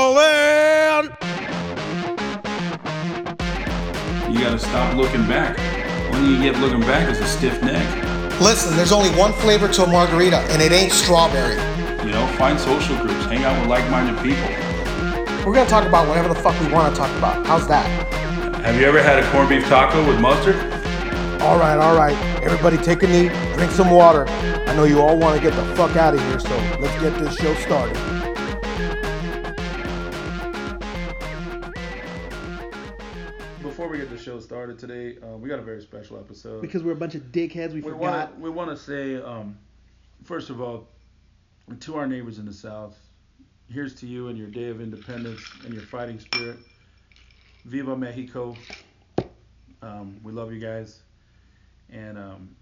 falling. You gotta stop looking back. When you get looking back is a stiff neck. Listen, there's only one flavor to a margarita, and it ain't strawberry. You know, find social groups, hang out with like-minded people. We're gonna talk about whatever the fuck we wanna talk about. How's that? Have you ever had a corned beef taco with mustard? All right, all right. Everybody take a knee, drink some water. I know you all wanna get the fuck out of here, so let's get this show started. Before we get the show started today, uh, we got a very special episode. because we're a bunch of dickheads. We, we forgot. want to we want to say um, first of all to our neighbors in the South, here's to you and your day of independence and your fighting spirit. Viva Mexico! Um, we love you guys, and um,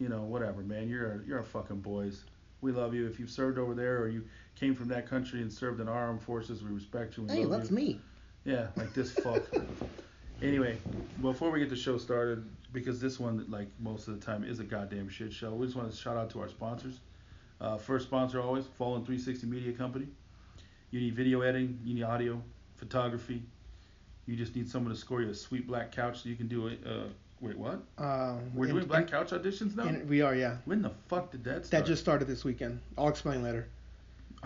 you know whatever, man. You're you're our fucking boys. We love you. If you've served over there or you came from that country and served in our armed forces, we respect you. and hey, love that's you. me. Yeah, like this fuck. anyway, before we get the show started, because this one, like most of the time, is a goddamn shit show, we just want to shout out to our sponsors. Uh, first sponsor always, Fallen 360 Media Company. You need video editing, you need audio, photography. You just need someone to score you a sweet black couch so you can do it. Uh, wait, what? Um, We're and- doing black and- couch auditions now? and we are, yeah. when the fuck did that That start? just started this weekend. I'll explain later.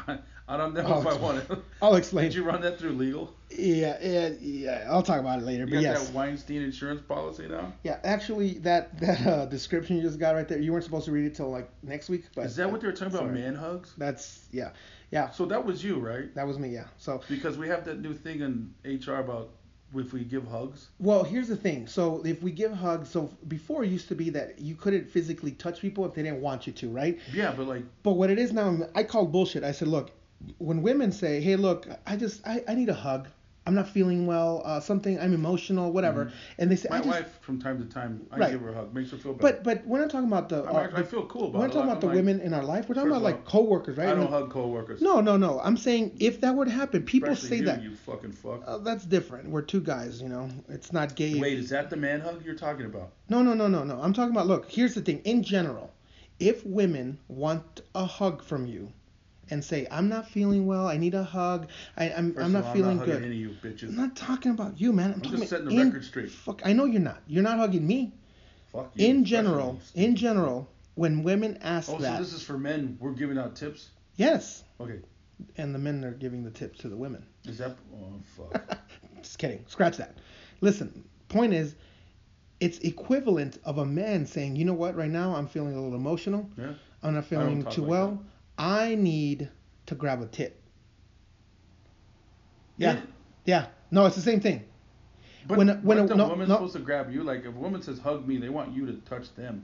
I, don't know Oh, if I it's- want to. I'll explain. Did you run that through legal? Yeah, yeah, yeah. I'll talk about it later. You but got yes, that Weinstein insurance policy now? yeah. Actually, that that uh, description you just got right there, you weren't supposed to read it till like next week. But Is that what they were talking about, sorry. man hugs? That's yeah, yeah. So that was you, right? That was me. Yeah. So Because we have that new thing in HR about if we give hugs. Well, here's the thing. So if we give hugs, so before it used to be that you couldn't physically touch people if they didn't want you to, right? Yeah, but like, But what it is now, I call bullshit. I said, look, when women say, hey, look, I just, I, I need a hug. I'm not feeling well. Uh, something, I'm emotional, whatever. And they say, Mm-hmm. my I just, wife from time to time, I Right. give her a hug, makes her feel better. but but we're not talking about the. I'm our- actually- I feel cool about We're it. not talking Like, about the I'm like- women in our life. We're talking First about of like all, coworkers, right? I don't And- hug coworkers. No, no, no. I'm saying if that would happen, people Especially say you, that. You fucking fuck. Oh, that's different. We're two guys, you know. It's not gay. if- Wait, is that the man hug you're talking about? No, no, no, no, no. I'm talking about look, here's the thing. In general, if women want a hug from you and say, I'm not feeling well, I need a hug, I, I'm, First I'm of not all, feeling I'm not good. Hugging any of you bitches. I'm not talking about you, man. I'm, talking just about setting the in- record straight. Fuck, I know you're not. You're not hugging me. fuck you. In especially general, you stupid- in general, when women ask Oh, that, so this is for men. We're giving out tips. yes, Okay. and the men are giving the tips to the women. Is that? Oh fuck. Just kidding. Scratch that. Listen, point is, it's equivalent of a man saying, you know what, right now I'm feeling a little emotional. Yeah. I'm not don't feeling talk too like well. I need to grab a tit. Yeah. Yeah. Yeah. No, it's the same thing. But When a- when aren't a- the no, woman's no. supposed to grab you, like if a woman says hug me, they want you to touch them.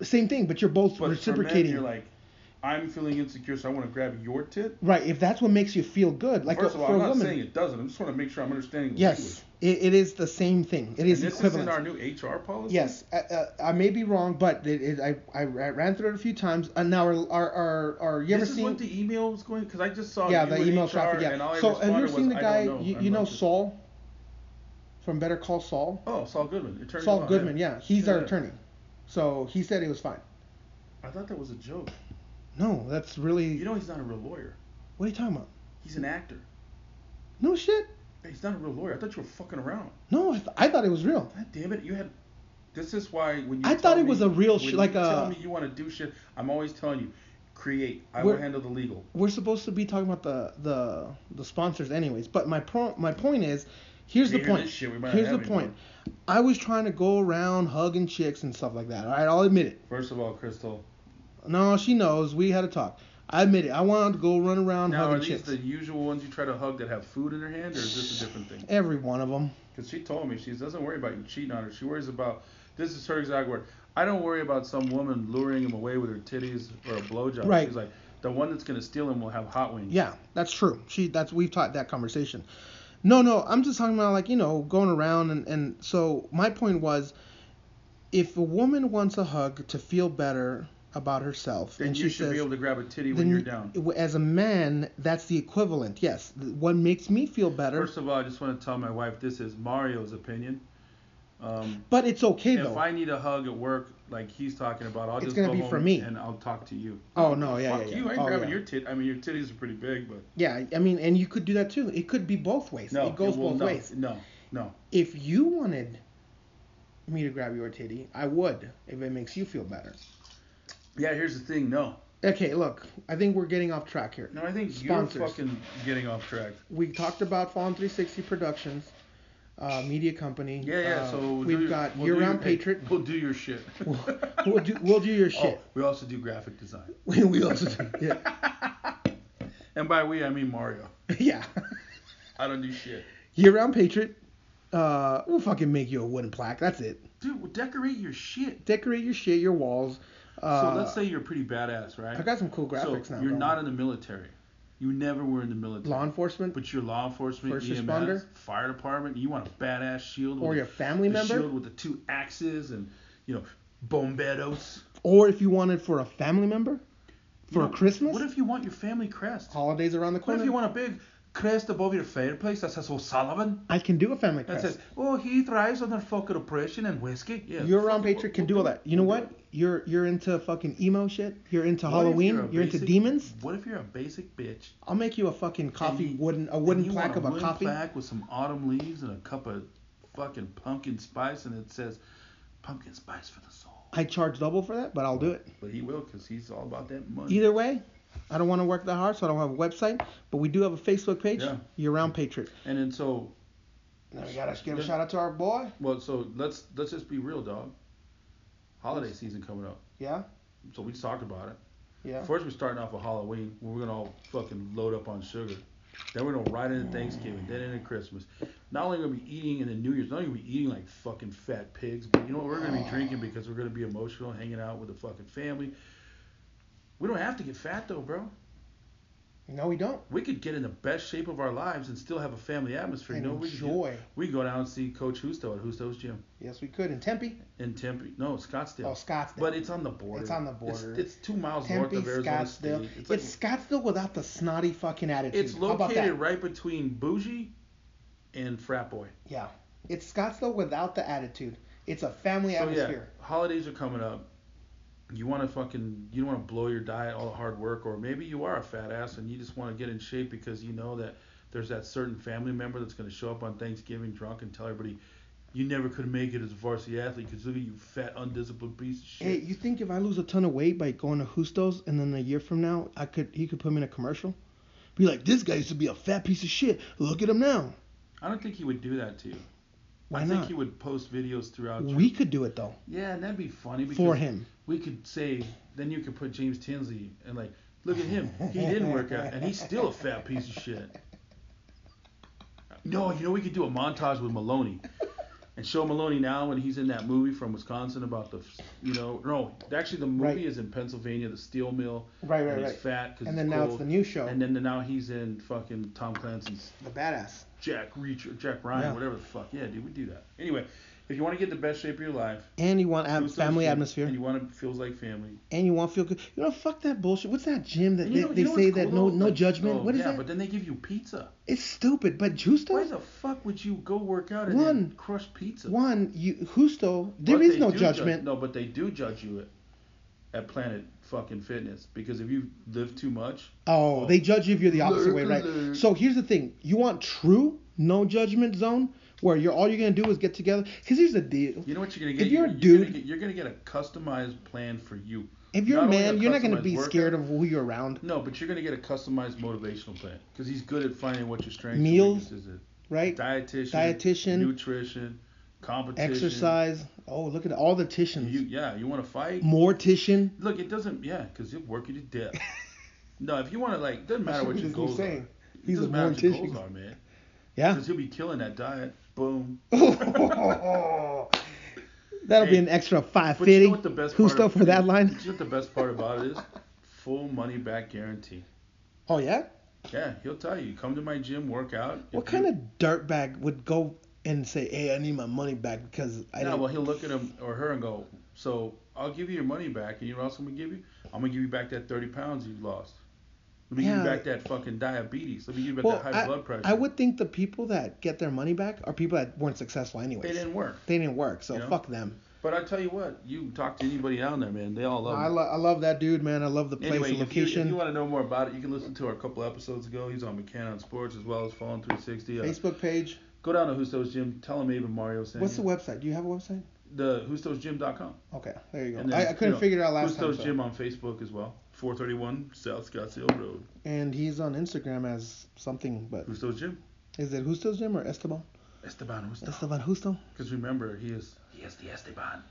Same thing, but you're both But For men, reciprocating. you're like, I'm feeling insecure, so I want to grab your tit. right. If that's what makes you feel good, like First a, of all, for I'm a not woman. saying it doesn't. I just want to make sure I'm understanding. the yes. language. It, it is the same thing. It is and this equivalent. is in our new HR policy. Yes, uh, uh, I may be wrong, but it, it, I, I ran through it a few times. And now, our, our, our, our you ever this is seen? what the email was going because I just saw. yeah, you the and email HR, traffic. Yeah. And all I so have you ever responded seen the was, guy? I don't know. You, I'm you know not sure. Saul from Better Call Saul. Oh, Saul Goodman. Attorney Saul law, Goodman. Yeah, he's our Yeah. attorney. So he said it was fine. I thought that was a joke. No, that's really. You know, he's not a real lawyer. what are you talking about? He's an actor. No shit. He's not a real lawyer. I thought you were fucking around. No, I, th- I thought it was real. God damn it! You had. This is why when you. I tell thought it me- was a real when sh- you like uh, Tell a- me you want to do shit. I'm always telling you, create. I We're- will handle the legal. We're supposed to be talking about the the, the sponsors, anyways. But my pro- my point is, here's Yeah, the hear point. this shit, we might not here's the have anymore. point. I was trying to go around hugging chicks and stuff like that. All right, I'll admit it. First of all, Crystal. No, she knows. We had a talk. I admit it. I wanted to go run around Now, are hugging these chicks. the usual ones you try to hug that have food in their hand, or is this a different thing? Every one of them. Because she told me she doesn't worry about you cheating on her. She worries about this is her exact word. I don't worry about some woman luring him away with her titties or a blowjob. Right. She's like, the one that's gonna steal him will have hot wings. Yeah, that's true. She that's we've taught that conversation. No, no, I'm just talking about like, you know, going around and, and so my point was if a woman wants a hug to feel better about herself Then and you she should says be able to grab a titty when then you're down. as a man, that's the equivalent. Yes, what makes me feel better. First of all, I just want to tell my wife this is Mario's opinion. Um, but it's okay if though. I need a hug at work, like he's talking about. I'll It's just gonna go be home for me. and I'll talk to you. Oh no, yeah, Fuck yeah, yeah. you! I ain't Oh, grabbing yeah. your tit. I mean, your titties are pretty big, but Yeah, I mean, and you could do that too. It could be both ways. no, it goes well, both no, ways. No, no. If you wanted me to grab your titty, I would if it makes you feel better. Yeah, here's the thing. No, Okay, look, I think we're getting off track here. no. I think Sponsors. you're fucking getting off track. We talked about Fallen 360 Productions, uh, media company. Yeah, yeah. Uh, so we'll we've do your- got we'll do year-round your- hey, Patriot. We'll do your shit. we'll do we'll do your shit. Oh, we also do graphic design. We we also do, yeah And by we, I mean Mario. yeah. I don't do shit. Year-round Patriot. Uh, we'll fucking make you a wooden plaque. That's it. Dude, well, decorate your shit. Decorate your shit, your walls. So Uh, let's say you're pretty badass, right? I got some cool graphics so now. You're bro. not in the military. You never were in the military. law enforcement But you're law enforcement, First EMS, responder? fire department. You want a badass shield. or with your family the member. shield with the two axes and you know bomberos. Or if you wanted for a family member, for You a know, Christmas, What if you want your family crest? holidays around the What corner. if you want a big crest above your fireplace that says O'Sullivan? I can do a family That crest. says, oh, he thrives on their fucking oppression and whiskey. Yeah. Your round fucking- patriot can do all that. You know what? You're you're into fucking emo shit. You're into What if Halloween. you're You're, a into basic- demons. What if you're a basic bitch I'll make you a fucking coffee you- wooden a And wooden you plaque want of a wooden coffee. plaque with some autumn leaves and a cup of fucking pumpkin spice, and it says pumpkin spice for the soul. I charge double for that, but I'll do it. But he will, cause he's all about that money. Either way, I don't want to work that hard, so I don't have a website. But we do have a Facebook page. Yeah. Year round patriot. And then so, Now we gotta give a a shout shout out to our boy. well, so let's let's just be real, dog. Holiday season coming up, Yeah, so we just talked about it. yeah. First, we're starting off with Halloween. Where we're gonna all fucking load up on sugar. Then we're gonna ride into Thanksgiving, then into Christmas. Not only are we eating in the New Year's, not only are we eating like fucking fat pigs, but you know what? We're gonna be drinking because we're gonna be emotional, hanging out with the fucking family. We don't have to get fat though, bro. No, we don't. We could get in the best shape of our lives and still have a family atmosphere. And You know, we could do- enjoy. we could go down and see Coach Husto at Husto's gym Yes, we could. And Tempe. in Tempe. No, Scottsdale. Oh, Scottsdale. But it's on the border. It's on the It's- border. It's, two miles Tempe, north of Arizona Scottsdale. State. It's, like- Scottsdale without the snotty fucking attitude. It's How about located that? right between Bougie and Frat Boy. Yeah. It's Scottsdale without the attitude. It's a family so atmosphere. yeah, holidays are coming up. You want to fucking you don't want to blow your diet, all the hard work, or maybe you are a fat ass and you just want to get in shape because you know that there's that certain family member that's going to show up on Thanksgiving drunk and tell everybody you never could make it as a varsity athlete because look at you fat undisciplined piece of shit. Hey, you think if I lose a ton of weight by going to Hustos and then a year from now I could he could put me in a commercial? Be like, this guy used to be a fat piece of shit. Look at him now. I don't think he would do that to you. Why I think not? he would post videos throughout. your- we could do it though yeah, and that'd be funny. Because for him. we could say then you could put James Tinsley and like look at him he didn't work out and he's still a fat piece of shit no you know we could do a montage with Maloney and show Maloney now when he's in that movie from Wisconsin about the you know no actually the movie Right. is in Pennsylvania the steel mill Right, and right, he's right. fat 'cause he's And then now it's cold. the new show, and then now he's in fucking Tom Clancy's the badass. Jack Reacher Jack Ryan Yeah. whatever the fuck yeah dude we do that anyway if you want to get the best shape of your life And you want do a some family shit, atmosphere, and you want it feels like family and you want to feel good. You know, fuck that bullshit. What's that gym that And they, you know- they you know say what's that cool no though? no Like, judgment? no, what is yeah, that? but then they give you pizza. It's stupid. But Why Justos, the fuck would you go work out and One. then crush pizza? one you Justo, But there is they no do judge- judgment. no, but they do judge you at, at Planet fucking Fitness because if you live too much, Oh, they judge you if you're the opposite way, right? Lurk-a-lurk. So here's the thing: you want true no judgment zone where you're all you're gonna do is get together. Because here's the deal: you know what you're gonna If get. you're a gonna dude- get, you're gonna get a customized plan for you. if you're not a only man, a you're not gonna customized be workout- scared of who you're around, No, but you're gonna get a customized motivational plan because he's good at finding what your strengths Meals, and weaknesses is. right? Dietitian, Dietitian, nutrition, competition, Exercise. Oh, look at all the You, titians. yeah, you want to fight. Mortician. Look, it doesn't. yeah, 'cause you'll work you to death. no, if you want to, like, doesn't matter what That's your what he's goals are. saying. It He's doesn't a matter what your goals mortician. are, man. Yeah. Because you'll be killing that diet. Boom. That'll be an extra But you 550. know what the best part? Justo of- for that line? You know what the best part about it is? Full money back guarantee. Oh yeah. Yeah, he'll tell you. Come to my gym, work out. If What you- kind of dirtbag would go and say, "Hey, I need my money back because I No, didn't well, he'll look at him or her and go, so I'll give you your money back, and you know what else I'm gonna give you? I'm gonna give you back that 30 pounds you lost. Let me give Yeah. you back that fucking diabetes. Let me give you back Well, that high blood pressure. I would think the people that get their money back are people that weren't successful anyways. They didn't work. They didn't work, so You know? fuck them. But I tell you what, you can talk to anybody down there, man. They all love. I, it. lo- I love that dude, man. I love the place, Anyway, the if you, if location. you want to know more about it, you can listen to our couple episodes ago. He's on McCann on Sports as well as Fallen 360. Uh, Facebook page. Go down to Hustos Gym. Tell him even Mario sent What's the you. website? Do you have a website? the HustosGym.com. Okay, there you go. And then, I, I couldn't you know, figure it out last time. Hustos so- Gym on Facebook as well. 431 South Scottsdale Road. And he's on Instagram as something, but Hustos Gym. is it Justo's Gym or Esteban? Esteban Husto. Esteban Justo? Because remember, he is he is the Esteban.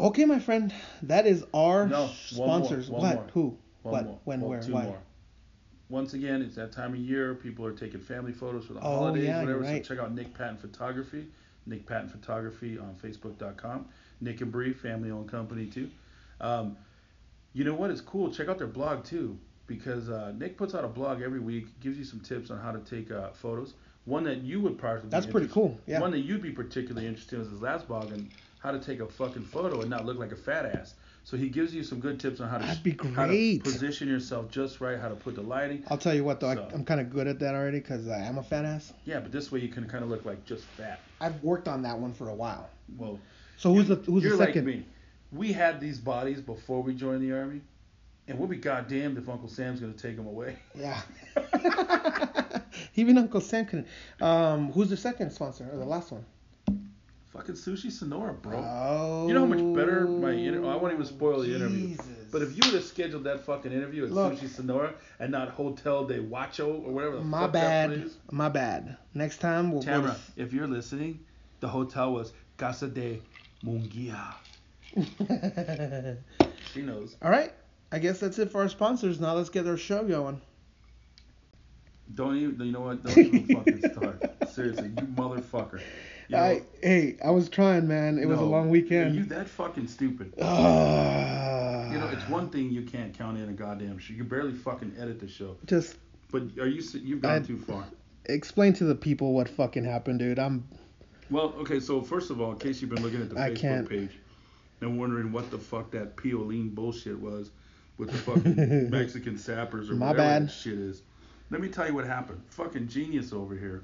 Okay, my friend, that is our No, one sponsors. more, one what? more. Who? One What? more. When? Well, Where? Two Why? more. Once again, it's that time of year. People are taking family photos for the Oh, holidays, yeah, you're whatever. right. So check out Nick Patton Photography, Nick Patton Photography on Facebook.com. Nick and Bree, family-owned company too. Um, you know what? It's cool. Check out their blog too, because uh, Nick puts out a blog every week, gives you some tips on how to take uh, photos. One that you would partially That's pretty cool. Yeah. One that you'd be particularly interested in is his last blog and how to take a fucking photo and not look like a fat ass. So he gives you some good tips on how to That'd be how to great. position yourself just right, how to put the lighting. I'll tell you what, though, So- I, I'm kind of good at that already because I am a fat ass. Yeah, but this way you can kind of look like just fat. I've worked on that one for a while. Well, So who's you- the who's you're the second? Like me. We had these bodies before we joined the army, and we'll be goddamned if Uncle Sam's gonna take them away. Yeah. Even Uncle Sam can. Um, who's the second sponsor or the last one? Fucking sushi Sonora, bro. Oh. you know how much better my inter- oh, I won't even spoil the interview. Jesus. But if you would have scheduled that fucking interview at Look. Sushi Sonora and not Hotel de Huacho or whatever the My fuck bad. that place, My bad. Next time we'll go Tamara, to- if you're listening, the hotel was Casa de Mungia. She knows. All right. I guess that's it for our sponsors. Now let's get our show going. Don't even. You know what? Don't even fucking start. Seriously, you motherfucker. You know- I, hey, I was trying, man. It was a No. long weekend. You that fucking stupid. Ah. You know, it's one thing you can't count in a goddamn show. You can barely fucking edit the show. Just But are you? s- You've gone I- too far. explain to the people what fucking happened, dude. I'm. Well, okay. So first of all, in case you've been looking at the I Facebook can't. page and wondering what the fuck that Pioline bullshit was with the fucking Mexican sappers or My whatever bad. that shit is, let me tell you what happened. Fucking genius over here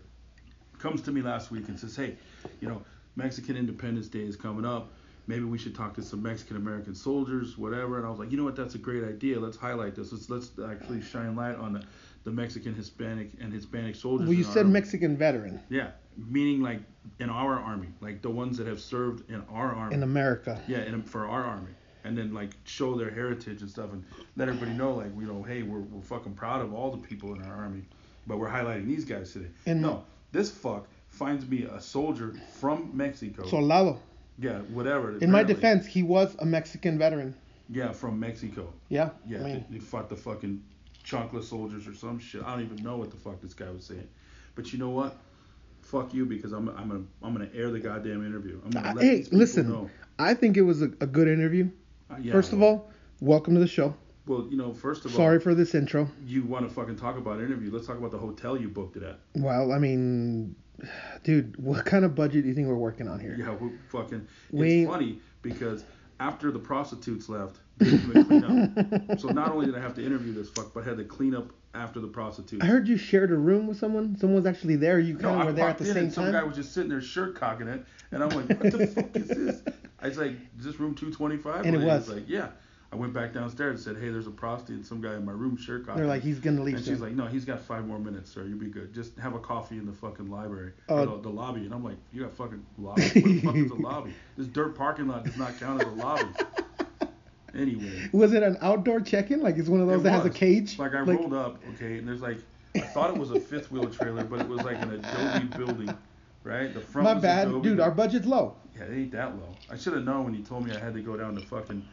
comes to me last week and says, "Hey, you know, Mexican Independence Day is coming up. Maybe we should talk to some Mexican American soldiers, whatever." And I was like, "You know what? That's a great idea. Let's highlight this. Let's let's actually shine light on the, the Mexican Hispanic and Hispanic soldiers." Well, you in our said army." Mexican veteran Yeah, meaning like in our army, like the ones that have served in our army. in America. yeah, in, for our army, and then like show their heritage and stuff, and let everybody know like you know, hey, we're we're fucking proud of all the people in our army, but we're highlighting these guys today. And- no, this fuck finds me a soldier from Mexico. Soldado. yeah, whatever. In my apparently. defense, he was a Mexican veteran. Yeah, from Mexico. Yeah. Yeah, I mean, they, they fought the fucking chunkless soldiers or some shit. I don't even know what the fuck this guy was saying. But you know what? Fuck you because I'm I'm gonna I'm gonna air the goddamn interview. I'm gonna I- let hey, these people listen. know. I think it was a, a good interview. Uh, yeah, First of well- all, welcome to the show. well, you know, first of Sorry all, for this intro. you want to fucking talk about an interview? Let's talk about the hotel you booked it at. Well, I mean, dude, what kind of budget do you think we're working on here? Yeah, we fucking. We- It's funny because after the prostitutes left, they didn't even clean up. so not only did I have to interview this fuck, but I had to clean up after the prostitutes. I heard you shared a room with someone. Someone was actually there. You kind No, of I were there walked at the in same and some time. guy was just sitting there shirt cocking it, and I'm like, what the fuck is this? I was like, is this room 225? And it was. like, yeah. I went back downstairs and said, hey, there's a prostitute and some guy in my room shirt cocking. They're like, he's gonna leave. and she's soon. like, no, he's got five more minutes, sir. You'll be good. Just have a coffee in the fucking library, Uh, or the, the lobby. And I'm like, you got fucking lobby? What the fuck is a lobby? This dirt parking lot does not count as a lobby. Anyway. was it an outdoor check-in? Like it's one of those It that has a was. cage. Like I rolled up, okay, and there's like I thought it was a fifth wheel trailer, but it was like an adobe building, right? The front. My was bad, adobe. dude. Our budget's low. Yeah, it ain't that low. I should have known when you told me I had to go down to fucking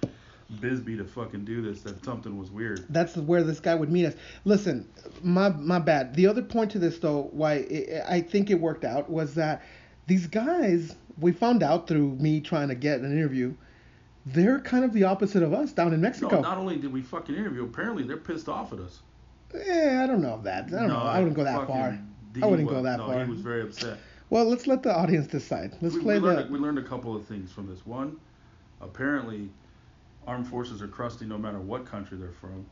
Bisbee to fucking do this that something was weird. That's where this guy would meet us. Listen, my my bad. The other point to this though, why it, I think it worked out was that these guys we found out through me trying to get an interview. They're kind of the opposite of us down in No, Mexico. not only did we fucking interview, apparently they're pissed off at us. Eh, I don't know that. I don't know. I wouldn't go that fucking far. D I wouldn't was- go that no, far. He was very upset. Well, let's let the audience decide. Let's we, play we learned, the. we learned a couple of things from this. One, apparently, armed forces are crusty no matter what country they're from.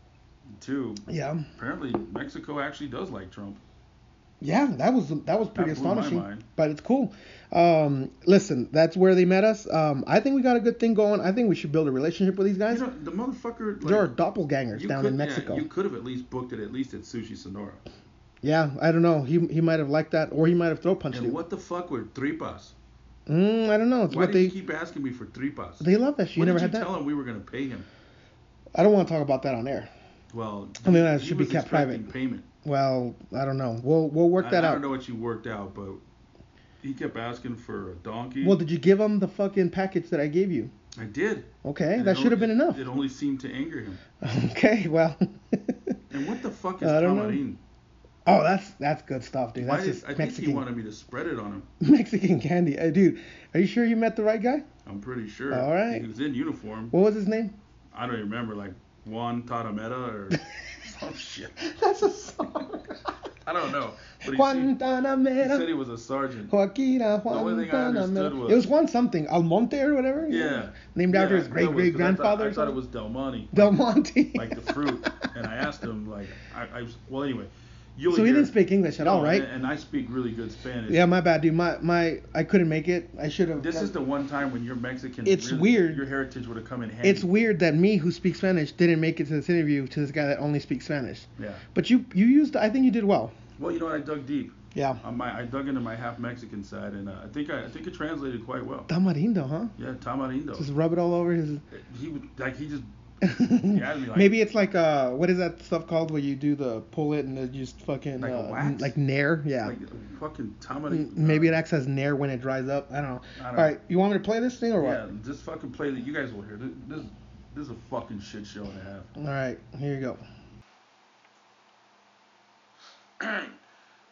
Two, yeah. apparently Mexico actually does like Trump. Yeah, that was that was pretty That blew my astonishing, mind. but it's cool. Um, listen, that's where they met us. Um, I think we got a good thing going. I think we should build a relationship with these You guys. know, the motherfucker. Like, there are doppelgangers down could, in Mexico. Yeah, Yeah, you could have at least booked it at least at Sushi Sonora. I don't know. He he might have liked that, or he might have throw punched And you. what the fuck were tripas? Mm, I don't know. It's Why what did they you keep asking me for tripas? they love that shit. You When never did had you that. tell him we were gonna pay him? I don't want to talk about that on air. Well, I mean, that he should be was kept expecting private. Payment. Well, I don't know. We'll we'll work I, that I out. don't know what you worked out, but he kept asking for a donkey. Well, did you give him the fucking package that I gave you? I did. Okay, And that it should have only- been enough. It only seemed to anger him. Okay, well. And what the fuck is Uh, I don't know. tamarin? oh, that's that's good stuff, dude. Why That's did, just I think he Mexican wanted me to spread it on him. Mexican candy. Hey, dude, are you sure you met the right guy? I'm pretty sure. All right. He was in uniform. What was his name? I don't even remember, like Juan Tarameta or some shit. That's a song. I don't know. But he, said, he said Guantanamera. he was a sergeant. Joaquina only thing I understood Guantanamera. was- uh, It was Juan something, Almonte or whatever. Yeah. Named Yeah, after his I- great that was- 'cause I thought- great grandfather. I thought it was Del Monte, Del Monte. like the fruit. and I asked him, like, I, I was, well, anyway. You'll so he hear- didn't speak English at No, all, right? And, and I speak really good Spanish. yeah, my bad, dude. My my, I couldn't make it. I should have. This is the one time when your Mexican. It's really- weird. Your heritage would have come in handy. It's weird that me, who speaks Spanish, didn't make it to this interview to this guy that only speaks Spanish. Yeah. But you you used. I think you did well. Well, you know, what? I dug deep. Yeah. On my, I dug into my half Mexican side, and uh, I think I, I think it translated quite well. Tamarindo, huh? Yeah, tamarindo. Just rub it all over his. He would like he just be like- Maybe it's like uh, what is that stuff called where you do the pull it and then you just fucking Like a uh, wax? like nair, yeah. like fucking tamarindo. M- Mm, Maybe it acts as nair when it dries up. I don't know. I don't All right, you want me to play this thing or what? Yeah, just fucking play that. You guys will hear this. This, this is a fucking shit show and a half. All right, here you go.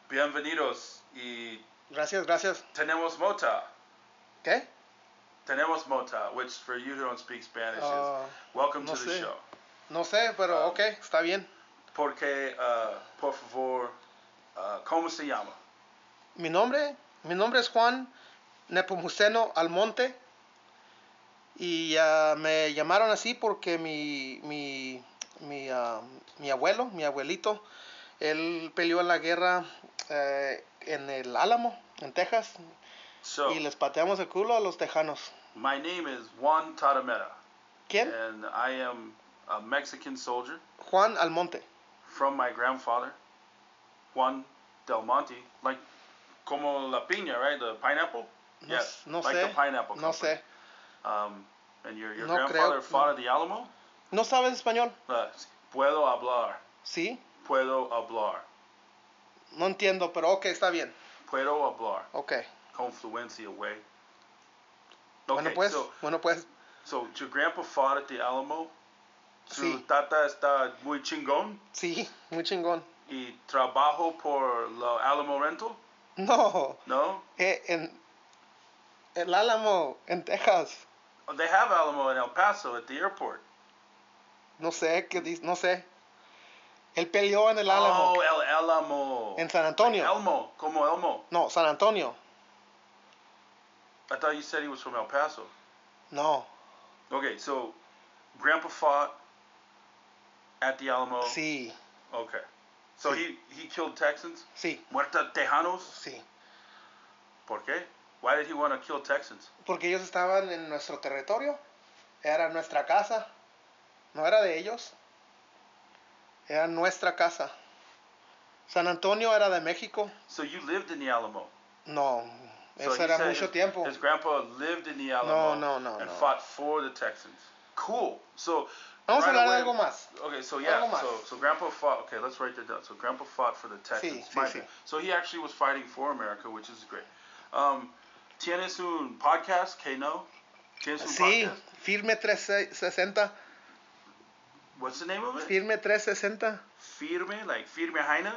Bienvenidos y Gracias, gracias. tenemos mota. Okay. Tenemos mota, which for you who don't speak Spanish Uh, is welcome no to the sé. show. No sé, pero okay, está bien. Porque, uh, por favor, uh, ¿cómo se llama? Mi nombre, mi nombre es Juan Nepomuceno Almonte y ah, me llamaron así porque mi, mi, mi, ah, mi abuelo, mi abuelito, él peleó en la guerra eh, en el Álamo, en Texas, So, y les pateamos el culo a los tejanos. my name is Juan Tarameta, ¿Quién? and I am a Mexican soldier Juan Almonte. from my grandfather, Juan Del Monte, like como la piña, right? The pineapple? No, Yes, no like sé, the pineapple. no company. sé. Um, and your, your No creo- grandfather fought no. at the Alamo? ¿No sabes español? Uh, puedo hablar. Sí. Puedo hablar. No entiendo, pero ok, está bien. Puedo hablar. Ok. Confluencia way. Okay, Bueno pues, so, bueno pues, so your grandpa fought at the Alamo. Su Sí. tata está muy chingón. sí, muy chingón. Y trabajo por la Alamo Rental. No. No? Eh, en El Álamo, en Texas. They have Alamo in El Paso at the airport. No sé qué dice, no sé. Él peleó en el Álamo. Oh, El Alamo. en San Antonio. Elmo. Como Elmo. no, San Antonio. I thought you said he was from El Paso. No. Okay, so grandpa fought at the Alamo. Sí, Okay. So he, he killed Texans? sí, Muerta Tejanos? sí. ¿Por qué? Why did he want to kill Texans? Porque ellos estaban en nuestro territorio. Era nuestra casa. No era de ellos. Era nuestra casa. San Antonio era de México. So you lived in the Alamo. No, So eso he era said mucho his, tiempo. His grandpa lived in the Alamo. no, no, And no. fought for the Texans. Cool. So Vamos a right hablar de away- algo más. Okay, so yeah, Algo más. so, so grandpa fought. Okay, let's write that down. So grandpa fought for the Texans. sí, My- sí. So he actually was fighting for America, which is great. Um, tienes un podcast, que no? Tienes un Sí, podcast? firme 360. What's the name of it? Firme 360. Firme, like Firme Heine?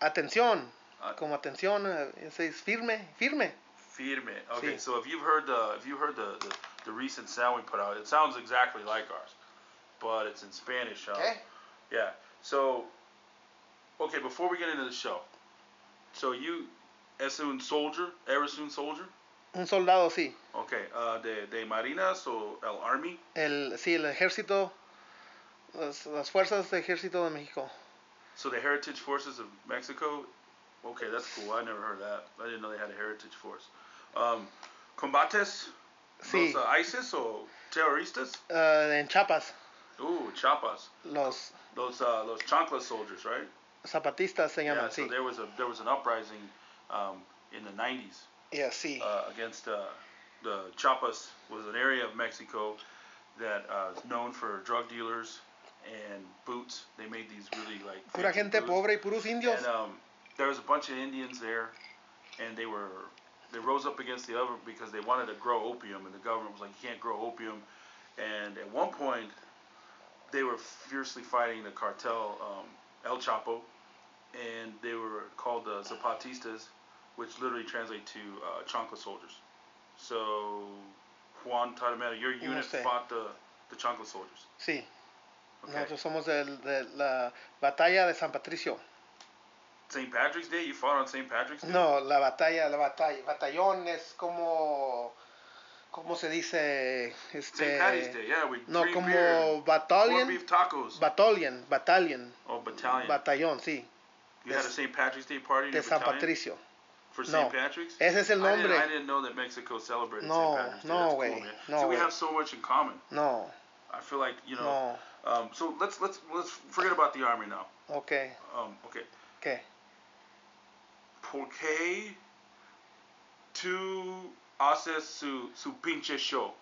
Atención. Ah. Como atención, eh, ese es firme, firme. Firme. Okay, Sí. so if you've heard the if you heard the, the, the recent sound we put out, it sounds exactly like ours, but it's in Spanish. huh? Okay. Yeah. So, okay, before we get into the show, so you, as un soldier, eres un soldier. Un soldado, sí. Okay. Uh, de de marinas o el army. El, sí, el ejército, las, las fuerzas de ejército de México. So the Heritage Forces of Mexico, okay, that's cool. I never heard of that. I didn't know they had a Heritage Force. Um, combates, Sí, los uh, ISIS o terroristas? eh, en Chiapas, Ooh, chapas. los Those uh, those chancla soldiers, right? zapatistas se llaman, so sí. there was a there was an uprising um, in the 90s Yeah, sí. uh, against uh, the Chiapas was an area of Mexico that uh, is known for drug dealers and boots. They made these really like Pura fancy gente boots. pobre y puros indios. And um, there was a bunch of Indians there, and they were they rose up against the other because they wanted to grow opium, and the government was like, you can't grow opium. And at one point, they were fiercely fighting the cartel um, El Chapo, and they were called the Zapatistas, which literally translate to uh, Chancla soldiers. So Juan Tatamata, your unit sé. fought the the Chancla soldiers. Sí, Okay. nosotros somos del- de la batalla de San Patricio. St. Patrick's Day, you fought on St. Patrick's Day. No, la batalla, la batalla. Batallón es como. ¿Cómo se dice? St. Este, Patty's Day, yeah, we No, drink beer. como Corned battalion. beef tacos. Battalion, battalion. oh, battalion. Batallón, sí. you had a St. Patrick's Day party in De your San battalion Patricio. for St. No. Patrick's? Ese es el I didn't, I nombre. didn't know that Mexico celebrated No, St. Patrick's Day. no That's cool, way. man. No See, we way. have so much in common. No, I feel like you know. no. Um, so let's let's let's forget about the army now. Ok, Um, okay. ¿qué? Por qué tú haces su su pinche show?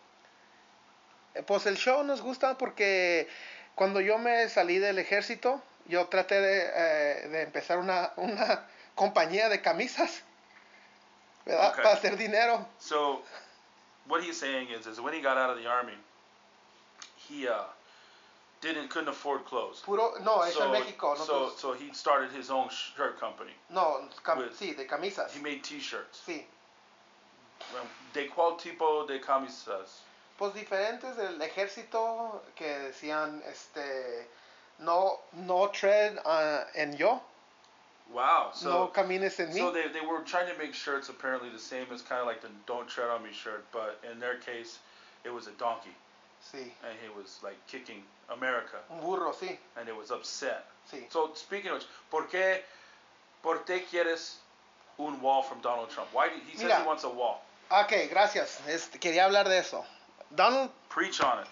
Eh, Pues el show nos gusta porque cuando yo me salí del ejército, yo traté de, eh, de empezar una, una compañía de camisas, ¿verdad? Ok. Para hacer dinero. So, what he's saying is, is when he got out of the army, he uh, didn't couldn't afford clothes. Puro, no, es en México. No, pues, so, so he started his own shirt company. no cam- with- sí, de camisas. He made T-shirts. Sí, Um, De cual tipo de camisas? pues diferentes del ejército que decían, este, no, no tread ah, en yo, Wow. So, no camines en mí. so they, they were trying to make shirts apparently the same as kind of like the "Don't Tread on Me" shirt, but in their case, it was a donkey, sí, and he was like kicking America, un burro, sí, and it was upset. sí. So speaking of which, por qué, por qué quieres un wall from Donald Trump? Why did, he says Mira. he wants a wall? Ah, Ok, gracias. Este, quería hablar de eso. Donald Preach on it.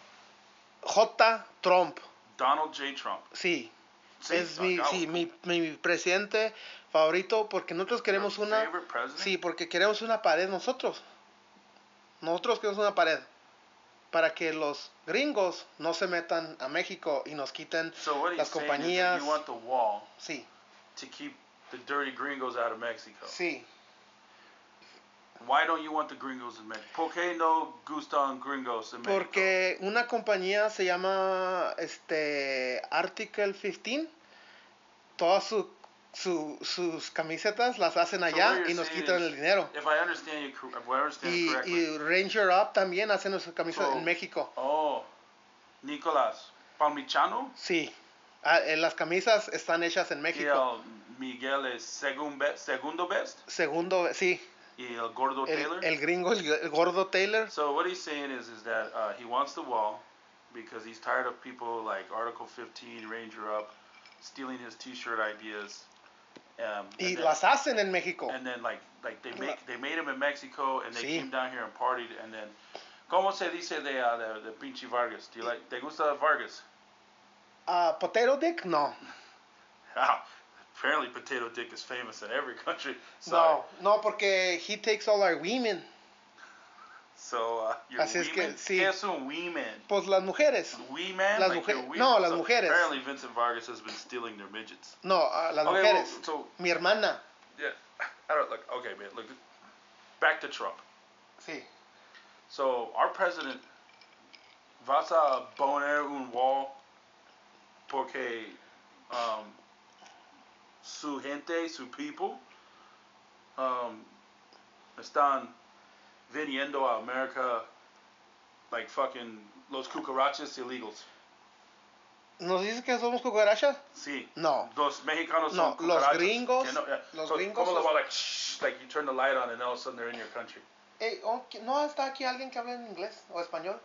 J. Trump, Donald J. Trump. sí, See, es mi, acabo. sí, mi, mi presidente favorito porque nosotros queremos Your una, favorite president? sí, porque queremos una pared nosotros. Nosotros queremos una pared para que los gringos no se metan a México y nos quiten, So what he's las saying is that compañías- you want the wall sí, to keep the dirty gringos out of Mexico. sí, Why don't you want the gringos in Mexico? ¿Por qué no gustan gringos en Mexico? porque una compañía se llama este Article 15, todas su- su- sus camisetas las hacen allá you're y nos saying quitan is- el dinero. If I understand you, cor- if I understand Y, correctly. y Ranger Up también hacen nuestras camisas So- en México. Oh, Nicolas Palmichano. Sí. Ah, eh, las camisas están hechas en Y México. el Miguel es segun be- segundo best. Segundo, sí. Y el Gordo El, Taylor. el gringo, el, el gordo Taylor. So what he's saying is, is that uh, he wants the wall because he's tired of people like Article 15, Ranger Up, stealing his T-shirt ideas. Um, Y and then- las hacen en México. And then like like they make they made him in Mexico and they Sí. came down here and partied and then. ¿Cómo se dice de, uh, de, de pinche Vargas? Do you like, ¿Te gusta Vargas? Ah, Potato Dick, no. Apparently, potato dick is famous in every country. Sorry. No, no, porque he takes all our women. So, uh, your Así es que, women- sí. ¿Qué es un women? Pues las mujeres. Women? Las like your mujer- women? no, las So, mujeres. Apparently, Vincent Vargas has been stealing their midgets. No, ah, las Okay, well, mujeres. so Mi hermana. yeah, I don't look. Okay, man, look. Back to Trump. Sí. So our president, vas a poner un wall porque um, su gente, su people, um, están viniendo a America like fucking los cucarachas illegals. ¿Nos dice que somos cucarachas? Sí. No. Los mexicanos No, son los cucarachas. gringos- Que no- yeah. los so, gringos ¿Cómo lo es- va like, shh, like you turn the light on and all of a sudden they're in your country? Ey, oh, ¿qui- ¿No está aquí alguien que hable en inglés o español?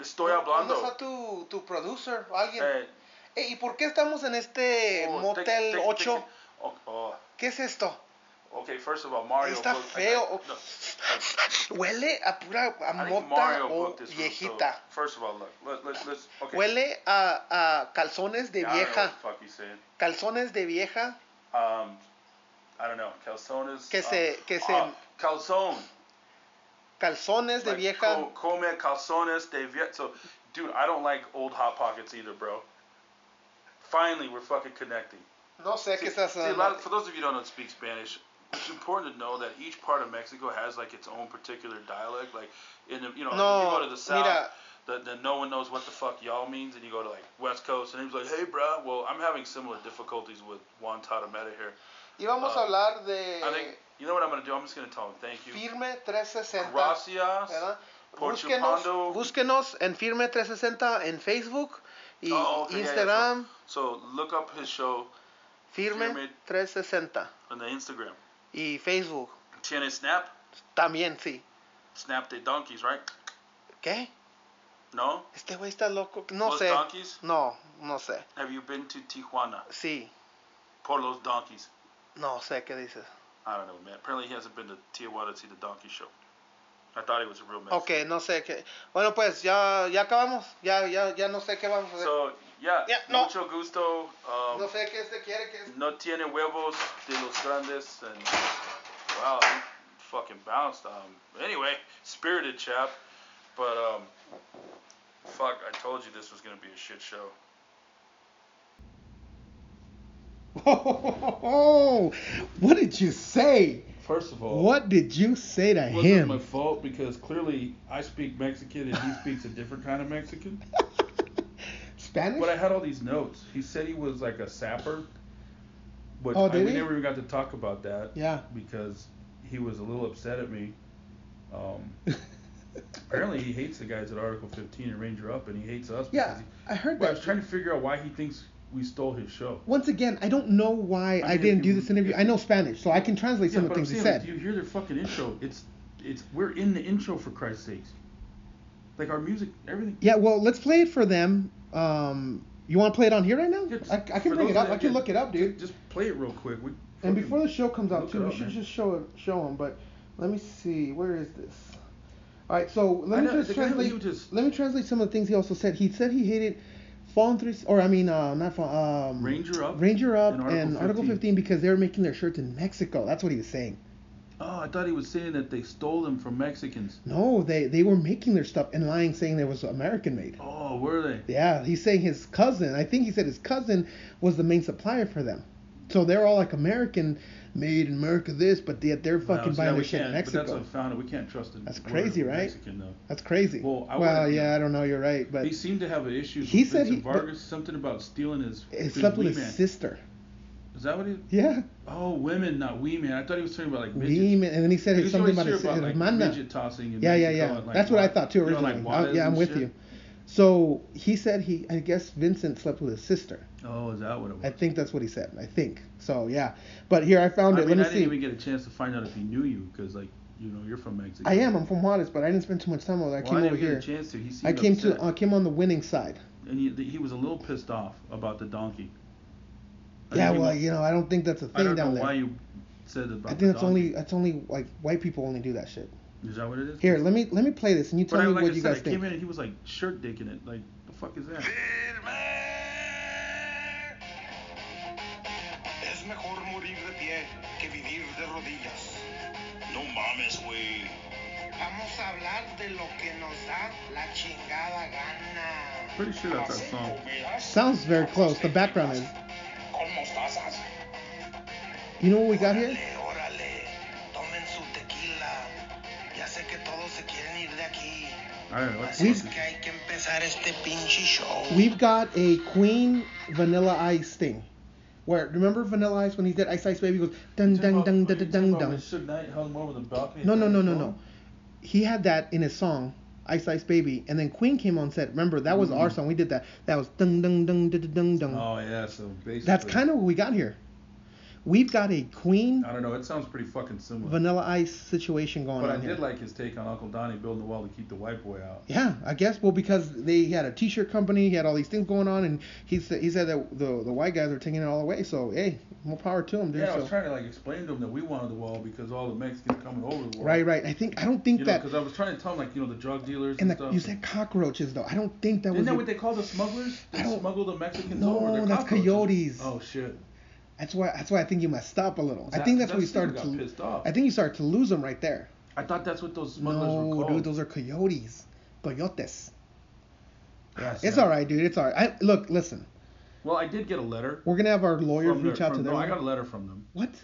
Estoy ¿Dónde hablando. está tu, tu producer o alguien? Eh, Eh, ¿Y por qué estamos en este Oh, Motel take- take- 8? take- oh, oh, ¿Qué es esto? okay, first of all, Mario. Está booked- I- I- feo. no, Huele a pura a I think mota Mario o booked this room, so viejita. first of all, look, let, let, let's. Okay. Huele a, a calzones de I don't know what vieja. the fuck he's saying. Calzones de vieja Um, I don't know. Calzones. Que se- um, que se- uh, calzone. calzones de Like, oh, vieja. co- Come calzones de vieja. So, dude, I don't like old hot pockets either, bro. Finally, we're fucking connecting. no sé See, qué estás see, a lot of- for those of you who don't speak Spanish, it's important to know that each part of Mexico has like its own particular dialect. Like in the, you know, you go to No, the south, mira, that that no one knows what the fuck y'all means, and you go to like West Coast, and he's like, hey, bro, well, I'm having similar difficulties with Juan Tatameta here. íbamos uh, a hablar I think de you know what I'm gonna do. I'm just gonna tell him thank you. Firme 360. Gracias. ¿verdad? Por Búsquenos, Chupando. búsquenos en Firme 360 en Facebook y Oh, okay, yeah, yeah, Instagram So look up his show Firme Firme. 360 on the Instagram. y Facebook Tiene snap, también, sí. snap the donkeys, right? ¿Qué? No, Este güey está loco. No Los sé. donkeys. No, no sé. Have you been to Tijuana? Sí, Por los donkeys. no sé qué dices. I don't know, man. Apparently he hasn't been to Tijuana to see the donkey show. I thought he was a real man. Ok, no sé qué. Bueno, pues ya, ya acabamos. Ya, ya, ya no sé qué vamos a hacer. So yeah, Yeah, no. mucho gusto. Um, no sé qué este quiere que es. no tiene huevos de los grandes and wow, he fucking bounced. Um, anyway, spirited chap, but um, fuck, I told you this was gonna be a shit show. Oh, what did you say? First of all, What did you say to wasn't him? my fault because clearly I speak Mexican and he speaks a different kind of Mexican. Spanish? But I had all these notes. He said he was like a sapper, but Oh, I, did we he? never even got to talk about that yeah. because he was a little upset at me. Um, apparently, he hates the guys at Article 15 and Ranger Up, and he hates us. Yeah, because I he, heard Well, I was that. trying to figure out why he thinks we stole his show. Once again, I don't know why mean, I, if didn't you- do this interview. I know Spanish, so I can translate some of the but I'm things he saying, like, said. do you hear their fucking intro? It's it's we're in the intro for Christ's sakes. Like our music, everything. Yeah, well, let's play it for them. Um, you want to play it on here right now? Yeah, just- I, I for can bring those it up. that- I can yeah, look it up, dude. Just play it real quick. We And fucking- before the show comes out Look too, it we up, should man. just show it, show them. But let me see, where is this? All right, so I let me know, just the guy who translate. you just- Let me translate some of the things he also said. He said he hated Fallen Three, or I mean, uh, not Fallen. Um, Ranger Up Ranger Up and and Article Article, 15. 15 because they were making their shirts in Mexico. That's what he was saying. Oh, I thought he was saying that they stole them from Mexicans. No, they they were making their stuff and lying, saying it was American made. Oh, were they? Yeah, he's saying his cousin. I think he said his cousin was the main supplier for them. So they're all like American made in America this, but yet they're No, fucking see, buying we their shit in can't- But that's Mexico. what I found. We can't trust him. That's crazy, right? Mexican, though. That's crazy. Well, I wouldn't- yeah, I don't know. You're right, but He seemed to have an issue He with said Vincent he- but- Vargas, something about stealing his. he his slept with wee his man. sister. Is that what he? Yeah, Oh, women, not we man. I thought he was talking about like midgets. we and then he said Because you always something about hear his his like, hermana. midget tossing in Yeah, yeah, Mexico yeah. and, like, That's what I Juan- thought too you know, originally. like I'm- Juarez yeah, I'm and with shit? you. So he said he, I guess Vincent slept with his sister. Oh, is that what it was? I think that's what he said. I think so. Yeah, but here I found I it. mean, I Let me didn't see. even get a chance to find out if he knew you, because like, you know, you're from Mexico. I am. I'm from Juarez, but I didn't spend too much time over there. I Well, came I over didn't get here. a chance to. He seemed I came upset. to. I came on the winning side. and he, he was a little pissed off about the donkey. I Yeah, think he well, was- you know, I don't think that's a I thing don't know down why there. you said about. I the think that's donkey. only that's only like white people only do that shit. Is that what it is? Here, let me let me play this and you But tell I, me like what I you said, I guys came think. in and he was like shirt dicking it. Like, the fuck is that? Firme. Es mejor morir de pie que vivir de rodillas. No mames, güey. Vamos a hablar de lo que nos da la chingada gana. Pretty sure that's that song. Sounds very close. The background is. You know what we got here? Órale, órale. Tomen su tequila. Ya sé que todos se quieren ir de aquí. I don't know. That's Así es fucking- que hay que empezar este pinche show. We've got a Queen Vanilla Ice thing. Where remember Vanilla Ice when he did Ice Ice Baby he goes dun Talking dun about- dun what dun are you dun talking dun about when dun. Suge Knight hung him over the balcony? No and no threw no no him? no. He had that in his song Ice Ice Baby, and then Queen came on set. Remember that was Mm. our song. We did that. That was dun dun dun dun dun dun. Oh yeah, so basically. That's kind of what we got here. We've got a Queen I don't know. It sounds pretty fucking similar. Vanilla Ice situation Oh. going but I on here. did like his take on Uncle Donnie building the wall to keep the white boy out. Yeah, I guess. Well, because they had a T-shirt company, he had all these things going on, and he said he said that the the white guys were taking it all away. So hey, more power to him, dude. Yeah, I so. was trying to like explain to him that we wanted the wall because all the Mexicans coming over the wall. Right, right. I think I don't think You know, that. because I was trying to tell him like you know the drug dealers and, and the, stuff. you said cockroaches though. I don't think that Isn't was. that your- uh, what they call the smugglers? They I don't- smuggle the Mexicans No, over. They're that's cockroaches. coyotes. Oh shit. that's why. That's why I think you must stop a little. I That- think that's where you when started got to. Pissed off. I think you started to lose them right there. I thought that's what those smugglers were No, called. dude, those are coyotes, coyotes. Yeah, It's yeah. all right, dude. It's all right. I, look, listen. Well, I did get a letter. We're gonna have our lawyers from their- reach out to from- them. No, I got a letter from them. What?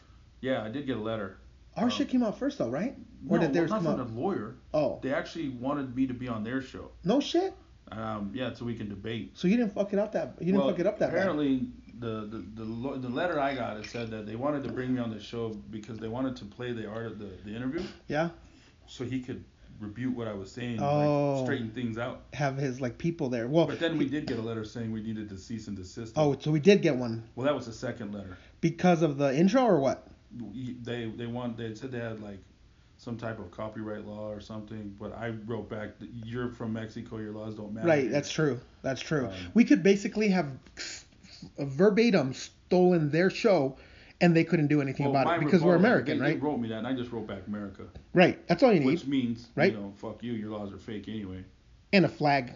Yeah, I did get a letter. Our Oh. shit came out first though, right? Or no, did theirs well, come not out? from the lawyer. Oh, They actually wanted me to be on their show. no shit. Um, yeah, so we can debate. So you didn't fuck it up that you didn't Well, fuck it up that bad. apparently the the, the lo- the letter I got it said that they wanted to bring me on the show because they wanted to play the art of the, the interview Yeah. so he could rebuke what I was saying, Oh. like straighten things out. Have his like people there. Well, But then we did get a letter saying we needed to cease and desist. Oh, so we did get one Well, that was the second letter. because of the intro or what? We- They they want they said they had like some type of copyright law or something, but I wrote back, that "You're from Mexico, your laws don't matter." Right. That's true. That's true. Um, we could basically have s- verbatim stolen their show, and they couldn't do anything Well, about Oh, my it because we're rebuttal, American, they, right? They wrote me that, and I just wrote back America, Right. That's all you which need. means Right. you know, fuck you, your laws are fake anyway. And a flag,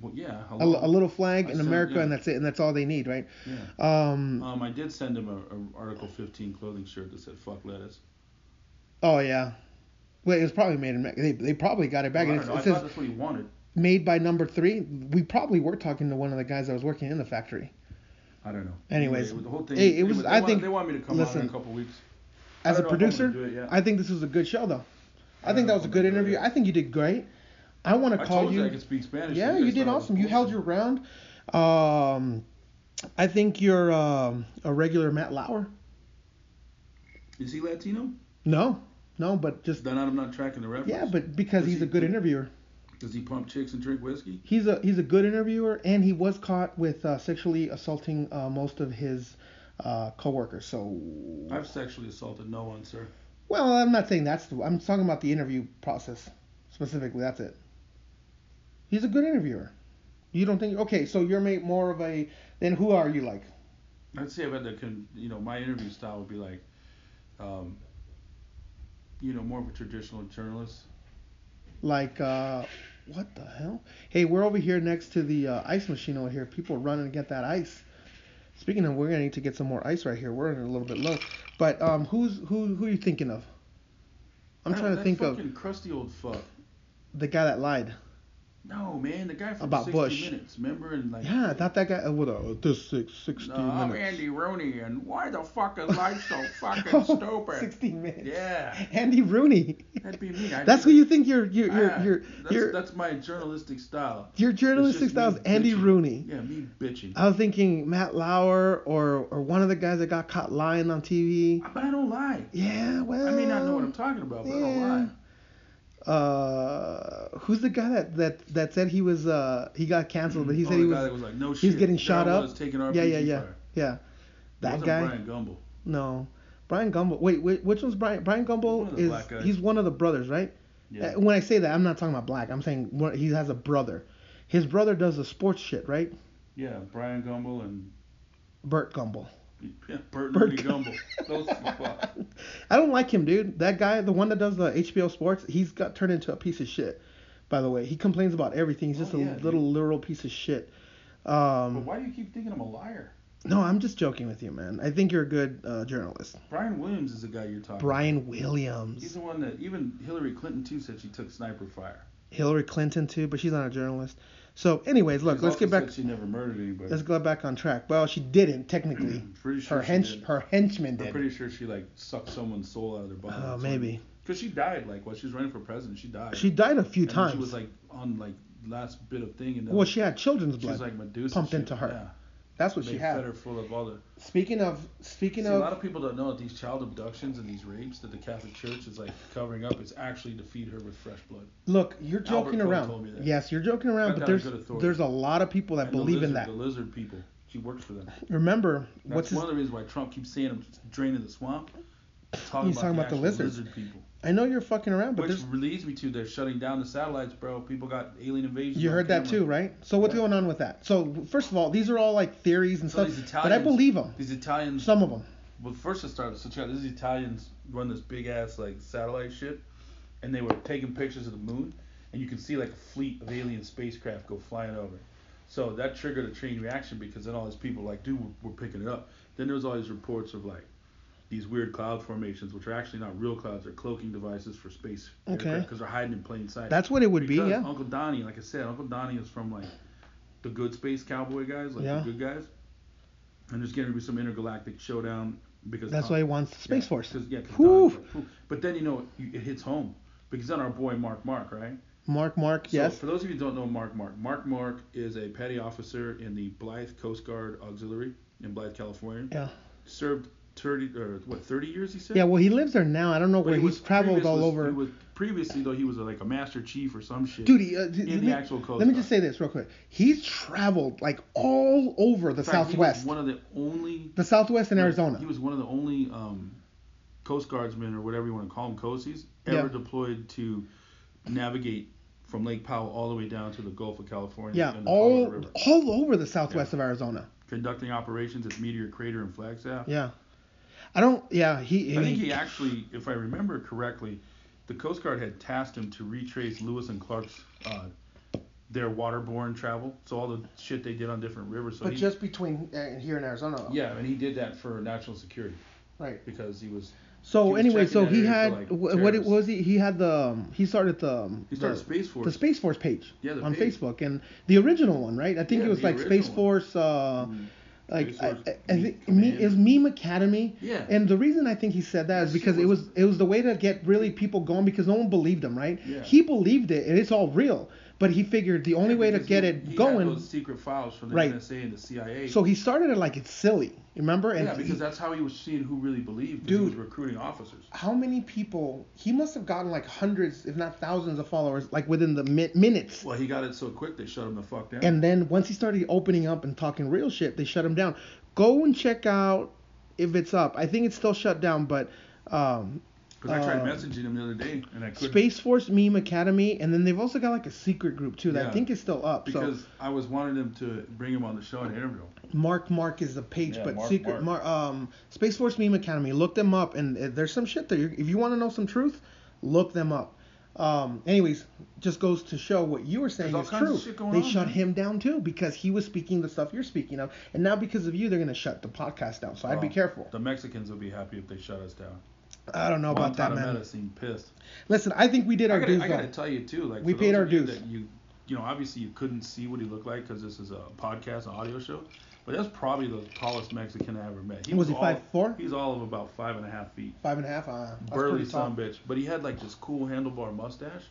Well, yeah, a, l- a little flag I in said, America, yeah. and that's it, and that's all they need, right? Yeah. Um. Um, I did send him a, a Article 15 clothing shirt that said "fuck lettuce." Oh yeah. Well, it was probably made in. Me- They, they probably got it back. Well, I and don't know, it's- I it says thought that's what he wanted. made by number three. We probably were talking to one of the guys that was working in the factory. I don't know. Anyways, Anyway, the whole thing. hey, it was- they I want- think- they want me to come out listen, in a couple weeks. As a don't know if I'm gonna producer, do it yet. I think this was a good show though. I, I don't think that know was a if I'm good gonna do it interview. yet. I think you did great. I want to I call told you, you. I could speak Spanish. yeah, guys you did thought I was awesome. You held your bullshitting. round. Um, I think you're um, a regular Matt Lauer. Is he Latino? No, no, but just Then I'm not tracking the reference. yeah, but because Does he's he- a good interviewer. does he pump chicks and drink whiskey? He's a he's a good interviewer, and he was caught with uh, sexually assaulting uh, most of his uh, coworkers. So I've sexually assaulted no one, sir. Well, I'm not saying that's the. I'm talking about the interview process specifically. That's it. He's a good interviewer. You don't think? Okay, so you're made more of a. Then who are you like? I'd say about the con, you know my interview style would be like, um, you know, more of a traditional journalist. Like, uh, what the hell? Hey, we're over here next to the uh, ice machine over here. People running to get that ice. Speaking of, we're gonna need to get some more ice right here. We're in a little bit low. But um, who's who? Who are you thinking of? I'm I don't- trying to that think Oh, fucking of crusty old fuck. the guy that lied. No man, the guy from About 60 Bush. Minutes. Remember and like. Yeah, not that guy. uh, With a this six, 16 No, I'm minutes. Andy Rooney, and why the fuck is life so fucking stupid? 60 minutes. Yeah. Andy Rooney. That'd be me. I'd That's be who you like, think your your your "Ah, your that's, your, that's my journalistic style. your It's journalistic just style is me Andy bitching. Rooney. Uh, Yeah, me bitching. I was thinking Matt Lauer or or one of the guys that got caught lying on TV. but I don't lie. Yeah, well. I may not know what I'm talking about, but oh I don't lie. Uh, who's the guy that that that said he was uh he got canceled, but he Oh, said the he guy that was was like, no he was shit, getting there shot I up. was taking yeah RPG yeah yeah fire. yeah. It That wasn't guy. Brian Gumble. No. Brian Gumble. Wait, wait, which one's Brian? Brian Gumble One of the is black guys. he's one of the brothers, right? Yeah. Uh, When I say that, I'm not talking about black. I'm saying one- he has a brother. His brother does the sports shit, right? yeah, Brian Gumble and Burt Gumble. yeah, Bert Bert Mooney Gumble. Those fuck. I don't like him, dude. That guy, the one that does the HBO sports, he's got turned into a piece of shit. By the way, he complains about everything. He's just Oh, a yeah, little literal piece of shit. Um, But why do you keep thinking I'm a liar? no, I'm just joking with you, man. I think you're a good uh, journalist. Brian Williams is the guy you're talking Brian about. He's Williams, the one that even Hillary Clinton too said she took sniper fire. Hillary Clinton too, but she's not a journalist. So, anyways, look, She's let's also get back. Said she never murdered anybody. Let's go back on track. Well, she didn't technically. I'm pretty sure Her she hench, did. her henchman I'm did. pretty sure she like sucked someone's soul out of their body. Oh, maybe. Because she died like while she was running for president, she died. She died a few and then times. She was like on like last bit of thing and then well, she had children's she blood. was like Medusa pumped shit. into her. Yeah. That's what they she fed had. her full of all the. Speaking of, speaking See, a of, lot of people don't know that these child abductions and these rapes that the Catholic Church is like covering up is actually to feed her with fresh blood. look, you're Albert joking Cohen around. told me that. Yes, you're joking around, Got but that on there's good authority. there's a lot of people that And the believe in lizard- that. The lizard people. She works for them. Remember, That's what's his, one of the reasons why Trump keeps saying I'm draining the swamp. Talking He's talking about the actual lizards. lizard people. I know you're fucking around, but Which there's, leads me to they're shutting down the satellites, bro. People got alien invasion. you on heard that camera. too, right? So what's Yeah. going on with that? So first of all, these are all like theories and So stuff, these but I Italians- believe them. These Italians. Some of them. Well, first it started. So check out these Italians run this big ass like satellite ship, and they were taking pictures of the moon, and you can see like a fleet of alien spacecraft go flying over. So that triggered a chain reaction because then all these people like, dude, we're, we're picking it up. Then there's all these reports of like these weird cloud formations, which are actually not real clouds. They're cloaking devices for space Okay. because they're hiding in plain sight. That's what it would Because be, yeah. Uncle Donnie, like I said, Uncle Donnie is from like the good space cowboy guys, like Yeah. the good guys. And there's going to be some intergalactic showdown because That's Don- why he wants the Space yeah, Force. 'cause- yeah, 'cause Whew. Donnie's like, "Whew." but then you know you- it hits home because then our boy Mark Mark, right? Mark, Mark, So yes. For those of you who don't know Mark Mark, Mark Mark is a petty officer in the Blythe Coast Guard Auxiliary in Blythe, California. Yeah. Served 30 or what 30 years he said. Yeah, well, he lives there now. I don't know But where he he's was- traveled previous all was- over. He was previously though he was like a master chief or some shit. Dude, he, uh, d- in let the me, actual Coast let me Guard. just say this real quick. He's traveled like all over the In fact, he was Southwest, One of the only the Southwest in Arizona. He was one of the only um, Coast Guardsmen or whatever you want to call them, Coasties, ever Yeah. deployed to navigate from Lake Powell all the way down to the Gulf of California yeah, and the all Colorado River, all over the Southwest of Arizona. conducting operations at Meteor Crater and Flagstaff. Yeah, I don't. Yeah, he. I think he actually, if I remember correctly, the Coast Guard had tasked him to retrace Lewis and Clark's uh, their waterborne travel, so all the shit they did on different rivers. So but he, just between uh, here in Arizona. though. yeah, and he did that for national security Right. because he was He So was anyway, checking so that he area for, had like, wh- what it terrorists. was he he had the um, he started the um, he started the, Space Force. the Space Force page Yeah, the on page. Facebook and the original one, right? I think Yeah, it was the like Space original one. Mm-hmm. Force, uh, like Space I, Force I, I Meet think me, Command. is Meme Academy. Yeah. And the reason I think he said that is That shit because it was- was it was the way to get really people going because no one believed him, right? Yeah. He believed it and it's all real, but he figured the only Yeah, way to because get he- it he going. Had those secret files from the Right. NSA and the CIA. so he started it like it's silly, remember? And yeah, he- because that's how he was seeing who really believed. 'cause he was Dude. recruiting officers. how many people he must have gotten like hundreds, if not thousands, of followers like within the mi- minutes. Well, he got it so quick they shut him the fuck down. And then once he started opening up and talking real shit, they shut him down. Go and check out if it's up. I think it's still shut down, but um, Because I tried um, messaging him the other day and I couldn't. Space Force Meme Academy, and then they've also got like a secret group too that I Yeah. think is still up. Because so I was wanting him to bring him on the show and interview him. Mark Mark is the page, Yeah, but Mark secret Mar Mark. um, Space Force Meme Academy. Look them up, and uh, there's some shit there. If you want to know some truth, look them up. Um, anyways, just goes to show what you were saying There's is all kinds true. of shit going they on, shut man. him down too because he was speaking the stuff you're speaking of, and now because of you, they're gonna shut the podcast down. So I'd be Well, careful. The Mexicans will be happy if they shut us down. I don't know about that, Montana man. Meta seemed pissed. Listen, I think we did I our gotta, dues I gotta though. tell you too, like We for paid those our of you dues. That you, you know, obviously you couldn't see what he looked like because this is a podcast, an audio show. But that's probably the tallest Mexican I ever met. Was he all- 5'4"? He's all of about five and a half feet. Five and a half. Uh, that's burly pretty tall. son bitch. But he had like this cool handlebar mustache,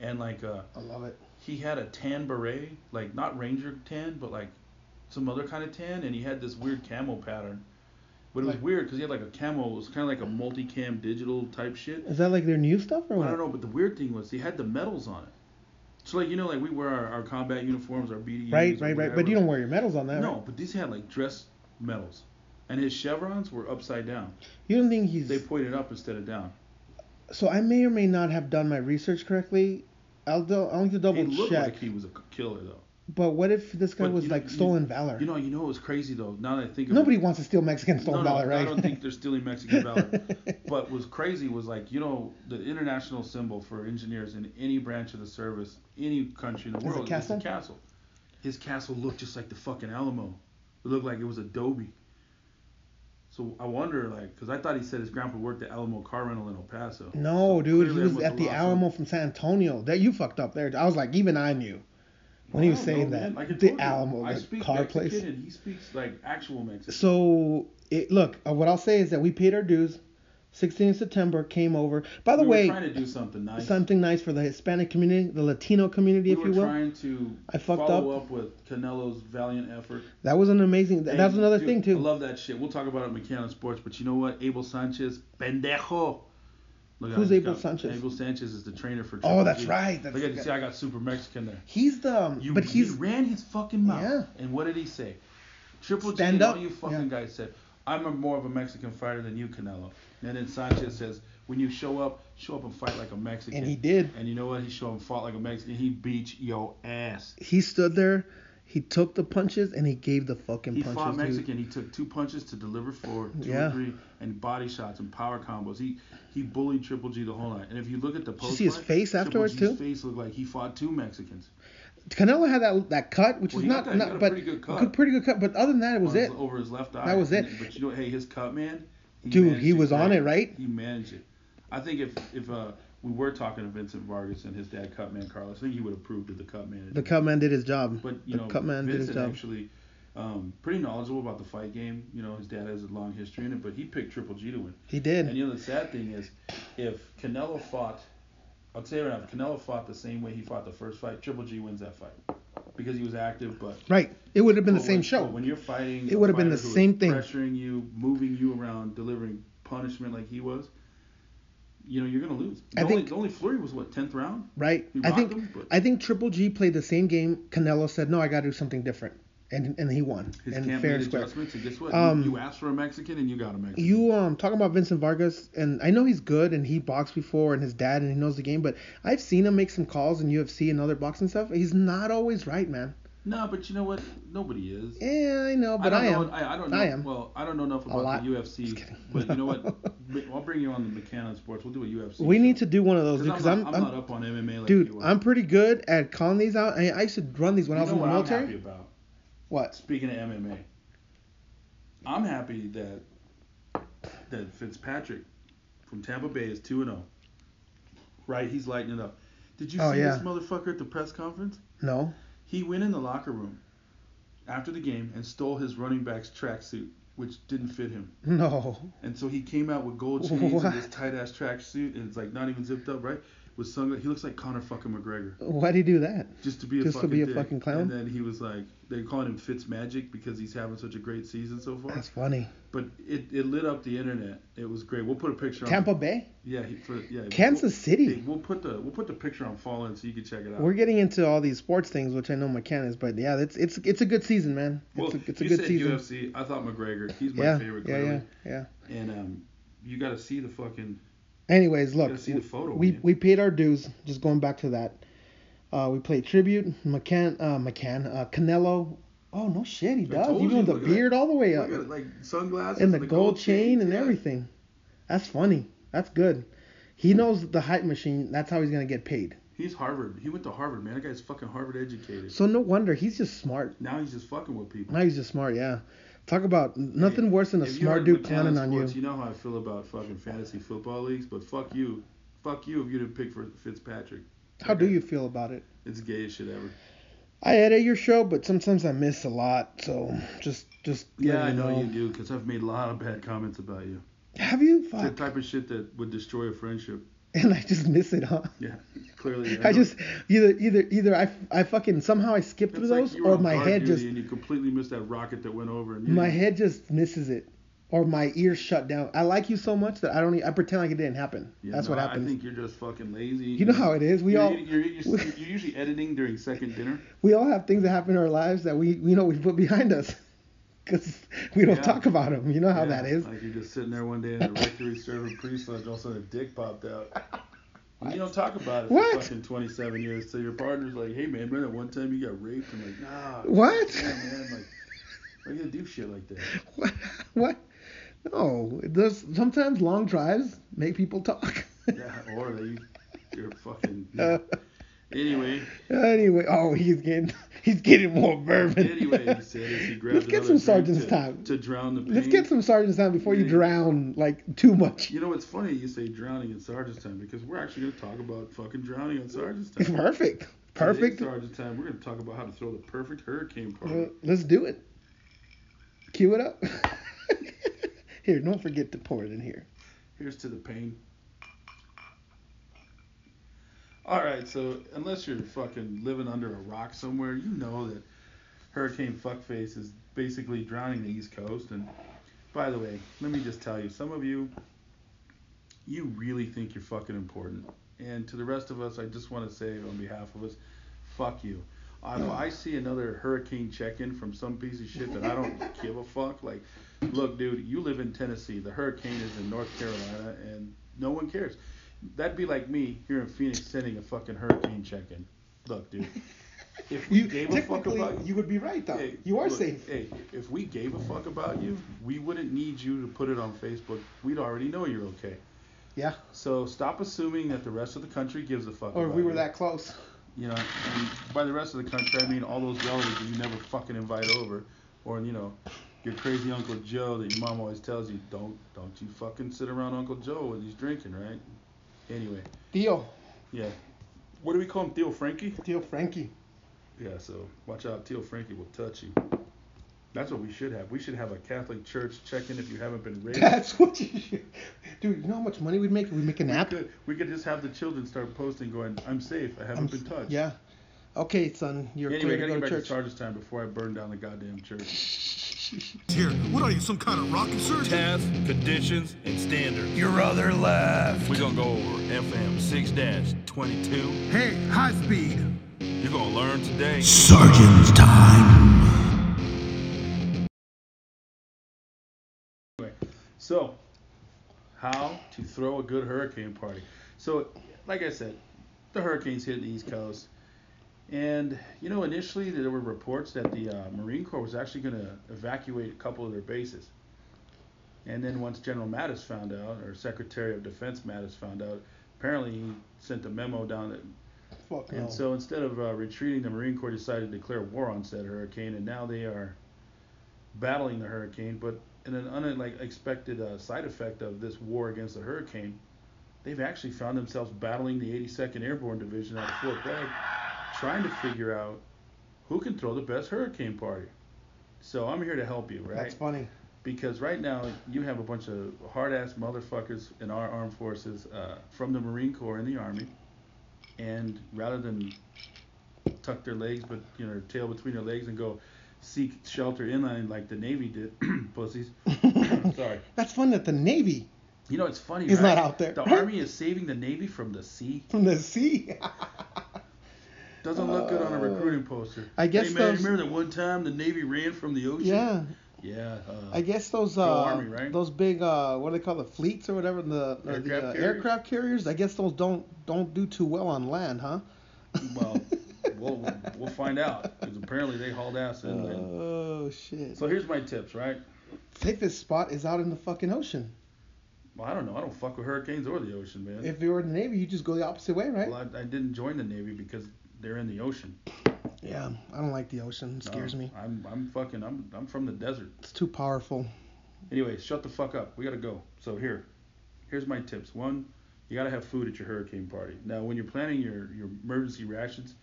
and like uh, I love it. he had a tan beret, like not ranger tan, but like some other kind of tan, and he had this weird camo pattern. But it was Like- weird because he had like a camo. It was kind of like a multicam digital type shit. Is that like their new stuff or I what? don't know, but the weird thing was he had the medals on it. So like you know, like we wear our, our combat uniforms, our BDUs. Right, or right, right. But whatever. you don't wear your medals on that. No, right? but these had like dress medals, and his chevrons were upside down. You don't think he's They pointed up instead of down. So I may or may not have done my research correctly. I'll do, I'll need to double He looked check. like he was a killer though. But what if this guy But was you know- like you- stolen valor? You know, you know, it was crazy though. Now that I think of Nobody it, wants to steal Mexican stolen no, no, valor, right? I don't think they're stealing Mexican valor. but what's crazy was like, you know, the international symbol for engineers in any branch of the service, any country in the it world, castle? is a castle. His castle looked just like the fucking Alamo. It looked like it was adobe. So I wonder, like, because I thought he said his grandpa worked at Alamo Car Rental in El Paso. no, So dude, he clearly was that at the a lot, Alamo so- from San Antonio. That you fucked up there. I was like, even I knew when he I was don't saying know, that man. Like I the told you, Alamo, I the speak car Mexican place. and he speaks like actual Mexican. So it, look, uh, what I'll say is that we paid our dues. 16th September came over. By the we way, were trying to do something nice. something nice for the Hispanic community, the Latino community, we if were you will. trying to I fucked follow up. with Canelo's valiant effort. That was an amazing. That, that's And, another dude, thing too. I love that shit. We'll talk about it in Mechanic Sports, but you know what? Abel Sanchez, pendejo. Look, I Who's just Abel got- Sanchez? Abel Sanchez is the trainer for. Triple Oh, that's G. right. That's Look at you see, I got super Mexican there. He's the, um, You, but he he's ran his fucking mouth. Yeah. And what did he say? Triple G, Stand and all up? you fucking Yeah. guys said, I'm a more of a Mexican fighter than you, Canelo. And then Sanchez says, when you show up, show up and fight like a Mexican. And he did. And you know what? He showed up and fought like a Mexican. He beat your ass. He stood there, he took the punches, and he gave the fucking He fought punches, dude. Mexican. He took two punches to deliver forward, two Yeah. or three, and body shots and power combos. He he bullied Triple G the whole night. And if you look at the post, see his face afterwards, Triple too? G's face looked like he fought two Mexicans. Canelo had that that cut, which Well, is he not, got that- he not got a but pretty good cut. good- pretty good cut. But other than that, it was on his- it. over his left eye. That was And- it. But you know, hey, his cut, man. Dude, managed he was on great. it, right? He managed it. I think if if uh, we were talking to Vincent Vargas and his dad, cut man Carlos, I think he would have proved that the cut man. The cut man did his job. but you the know, cut man did his Vincent job. actually um, pretty knowledgeable about the fight game. You know, his dad has a long history in it, but he picked Triple G to win. He did. And you know, the sad thing is, if Canelo fought, I'll tell you right now, if Canelo fought the same way he fought the first fight, Triple G wins that fight because he was active, but right. It would have been the but same when- show. but When you're fighting, It a would've been the fighter who same is thing. Pressuring you, moving you around, delivering punishment like he was. You know you're gonna lose. The I only, think- the only flurry was what tenth round. Right. He I rocked think him, but- I think Triple G played the same game. Canelo said, "No, I got to do something different," and and he won. His and camp fair made and square. adjustments, and guess what? Um, you, you asked for a Mexican, and you got a Mexican. You um talking about Vincent Vargas, and I know he's good, and he boxed before, and his dad, and he knows the game. But I've seen him make some calls in UFC and other boxing stuff. He's not always right, man. no, but you know what? Nobody is. Yeah, I know, but I I, don't am. know. I, I don't know. I am. Well, I don't know enough lot. about the Just UFC, kidding. but you know what? I'll bring you on the McCann Sports. We'll do a UFC. we need to do one of those Because because I'm, I'm, not- I'm not up on MMA like dude, you are. I'm pretty good at calling these out. I, I used to run these when You I was know in the what I'm military. happy about? What? Speaking of MMA, I'm happy that that Fitzpatrick from Tampa Bay is two and zero. Right, he's lighting it up. Did you Oh, see yeah. this motherfucker at the press conference? No. He went in the locker room after the game and stole his running back's tracksuit, which didn't fit him. No. And so he came out with gold chains What? and this tight ass tracksuit, and it's like not even zipped up, right? With sunglasses, he looks like Conor fucking McGregor Why'd he do that? just to be a Just to fucking be a dick. fucking clown? And then he was like, they're calling him Fitz Magic because he's having such a great season so far. That's funny. But it, it lit up the internet. It was great. We'll put a picture. Tampa on. Bay, Yeah, he, for, yeah. Kansas We'll, City. hey, we'll put the we'll put the picture on Fallen so you can check it out. We're getting into all these sports things, which I know McCann is, but yeah, it's it's it's a good season, man. It's well, a, it's a you good said season. UFC. I thought McGregor. He's my yeah, favorite. yeah, Clearly. yeah, yeah. And um, you got to see the fucking. Anyways, You look, got to see the photo. we man. we paid our dues. Just going back to that, uh, we played tribute. McCann, uh, McCann, uh, Canelo. Oh no shit, he does. told Even you, with the look at that. beard all the way up, Look at it, like sunglasses and the, gold, chain, chains, and yeah. everything. That's funny. That's good. He knows the hype machine. That's how he's gonna get paid. He's Harvard. He went to Harvard, man. That guy's fucking Harvard educated. So no wonder he's just smart. Now he's just fucking with people. Now he's just smart. Yeah. Talk about nothing worse than a If you smart heard dude McCann clowning on you. Sports, You know how I feel about fucking fantasy football leagues, but fuck you, fuck you if you didn't pick for Fitzpatrick. How do you feel about it? It's gay as shit ever. I edit your show, but sometimes I miss a lot. So just, just Yeah, let I you know you do, because I've made a lot of bad comments about you. Have you? It's the Fuck. type of shit that would destroy a friendship. And I just miss it, huh? Yeah, clearly. I know. just either either either I, I fucking somehow I skip through It's like those you were or on my guard head duty just and you completely missed that rocket that went over. And you my didn't- head just misses it or my ears shut down. I like you so much that I don't e- I pretend like it didn't happen. Yeah, That's no, what I- I happens. think you're just fucking lazy. You know how it is. We you're, all- You're, you're, you're, you're usually editing during second dinner. We all have things that happen in our lives that we we know we put behind us because we don't Yeah. talk about them. You know how Yeah, that is. Like you're just sitting there one day in a rectory serving pre-lunch, all of a sudden a dick popped out. And you don't talk about it What? for fucking 27 years. So your partner's like, hey man, remember that one time you got raped? I'm like, nah. What? Yeah, man, like, why you gonna do shit like that? What? what? No, there's sometimes long drives make people talk. Yeah, or that you, you're fucking. Uh. Anyway, anyway, oh, he's getting he's getting more bourbon. anyway, he said as he grabbed Let's get another some drink Sergeant's to, time. to drown the pain. Let's get some sergeant's time before you Yeah. drown like too much. You know what's funny? You say drowning in Sergeant's time because we're actually gonna talk about fucking drowning on Sergeant's time. It's perfect. Perfect. Mm-hmm. Today's Sergeant time. We're going to talk about how to throw the perfect hurricane Well, party. Let's do it. Cue it up. here, don't forget to pour it in here. Here's to the pain. All right, so unless you're fucking living under a rock somewhere, you know that Hurricane Fuckface is basically drowning the East Coast. And by the way, let me just tell you, some of you, you really think you're fucking important. And to the rest of us, I just want to say on behalf of us, fuck you. If I see another hurricane check-in from some piece of shit that I don't give a fuck, like, look, dude, you live in Tennessee. The hurricane is in North Carolina, and no one cares. That'd be like me here in Phoenix sending a fucking hurricane check-in. Look, dude, if we You gave a fuck technically about you would be right though. Hey, you are look, safe. Hey, if we gave a fuck about you, we wouldn't need you to put it on Facebook. We'd already know you're okay. Yeah. So stop assuming that the rest of the country gives a fuck. Or about we were you. that close. You know, and by the rest of the country, I mean all those relatives that you never fucking invite over, or you know, your crazy Uncle Joe that your mom always tells you don't don't you fucking sit around Uncle Joe when he's drinking, right? Anyway, Theo, yeah. What do we call him, Theo Frankie? Theo Frankie. Yeah, so watch out, Teal Frankie will touch you. That's what we should have. We should have a Catholic church check in if you haven't been raised. That's what you should. Dude, you know how much money we'd make? We'd make an we app. could, we could just have the children start posting, going, "I'm safe. I haven't been touched." Yeah. Okay, son, you're Anyway, I clear gotta get to go back to to church. Chargers time before I burn down the goddamn church. Here, what are you, some kind of rocket surgeon? Task, conditions, and standards. Your other left. We're gonna go over FM 6 22. Hey, high speed. You're gonna learn today. Sergeant's time. Anyway, so how to throw a good hurricane party? So, like I said, the hurricanes hit the East Coast, and you know, initially there were reports that the uh, Marine Corps was actually going to evacuate a couple of their bases. And then once General Mattis found out, or Secretary of Defense Mattis found out, apparently he sent a memo down that Fuck no. and so instead of uh, retreating, the Marine Corps decided to declare war on said hurricane, and now they are battling the hurricane. But in an unexpected uh, side effect of this war against the hurricane, they've actually found themselves battling the 82nd Airborne Division out of Fort Bragg, trying to figure out who can throw the best hurricane party. So I'm here to help you, right? That's funny. because right now you have a bunch of hard ass motherfuckers in our armed forces uh, from the Marine Corps and the Army, and rather than tuck their legs, but you know, their tail between their legs and go seek shelter inland like the Navy did, pussies. Sorry. That's funny that the Navy You know, it's funny. He's right? not out there. The Army is saving the Navy from the sea. from the sea. Doesn't look good on a recruiting poster. Uh, I guess Hey, man, those- you remember that one time the Navy ran from the ocean? yeah. Yeah. Uh, I guess those uh, Go Army, right? those big uh, what do they call the fleets or whatever the, or the Aircraft uh, carriers? aircraft carriers. I guess those don't don't do too well on land, huh? Well, we'll, we'll find out because apparently they hauled ass in. there. Oh shit. So here's my tips, right? Safest spot is out in the fucking ocean. Well, I don't know. I don't fuck with hurricanes or the ocean, man. If you were in the Navy, you just go the opposite way, right? well, I, I didn't join the Navy because they're in the ocean. Yeah, I don't like the ocean. It scares No, me. I'm I'm fucking I'm I'm from the desert. It's too powerful. Anyway, shut the fuck up. We gotta go. So here, here's my tips. One, you gotta have food at your hurricane party. Now, when you're planning your your emergency rations,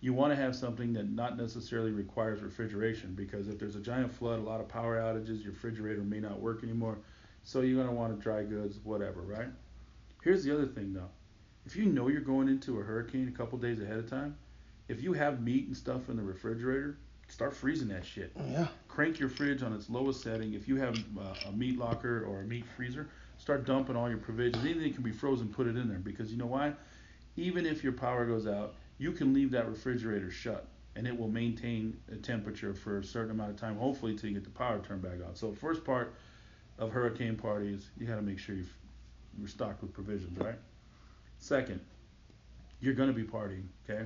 you want to have something that not necessarily requires refrigeration because if there's a giant flood, a lot of power outages, your refrigerator may not work anymore. So you're gonna want to dry goods, whatever, right? Here's the other thing though. If you know you're going into a hurricane a couple days ahead of time, if you have meat and stuff in the refrigerator, start freezing that shit Yeah. crank your fridge on its lowest setting. If you have uh, a meat locker or a meat freezer, start dumping all your provisions. Anything that can be frozen, put it in there because you know why? Even if your power goes out, you can leave that refrigerator shut and it will maintain a temperature for a certain amount of time, hopefully till you get the power turned back on. So first part of hurricane parties, you got to make sure you've, you're stocked with provisions, right? Second, you're gonna be partying, okay?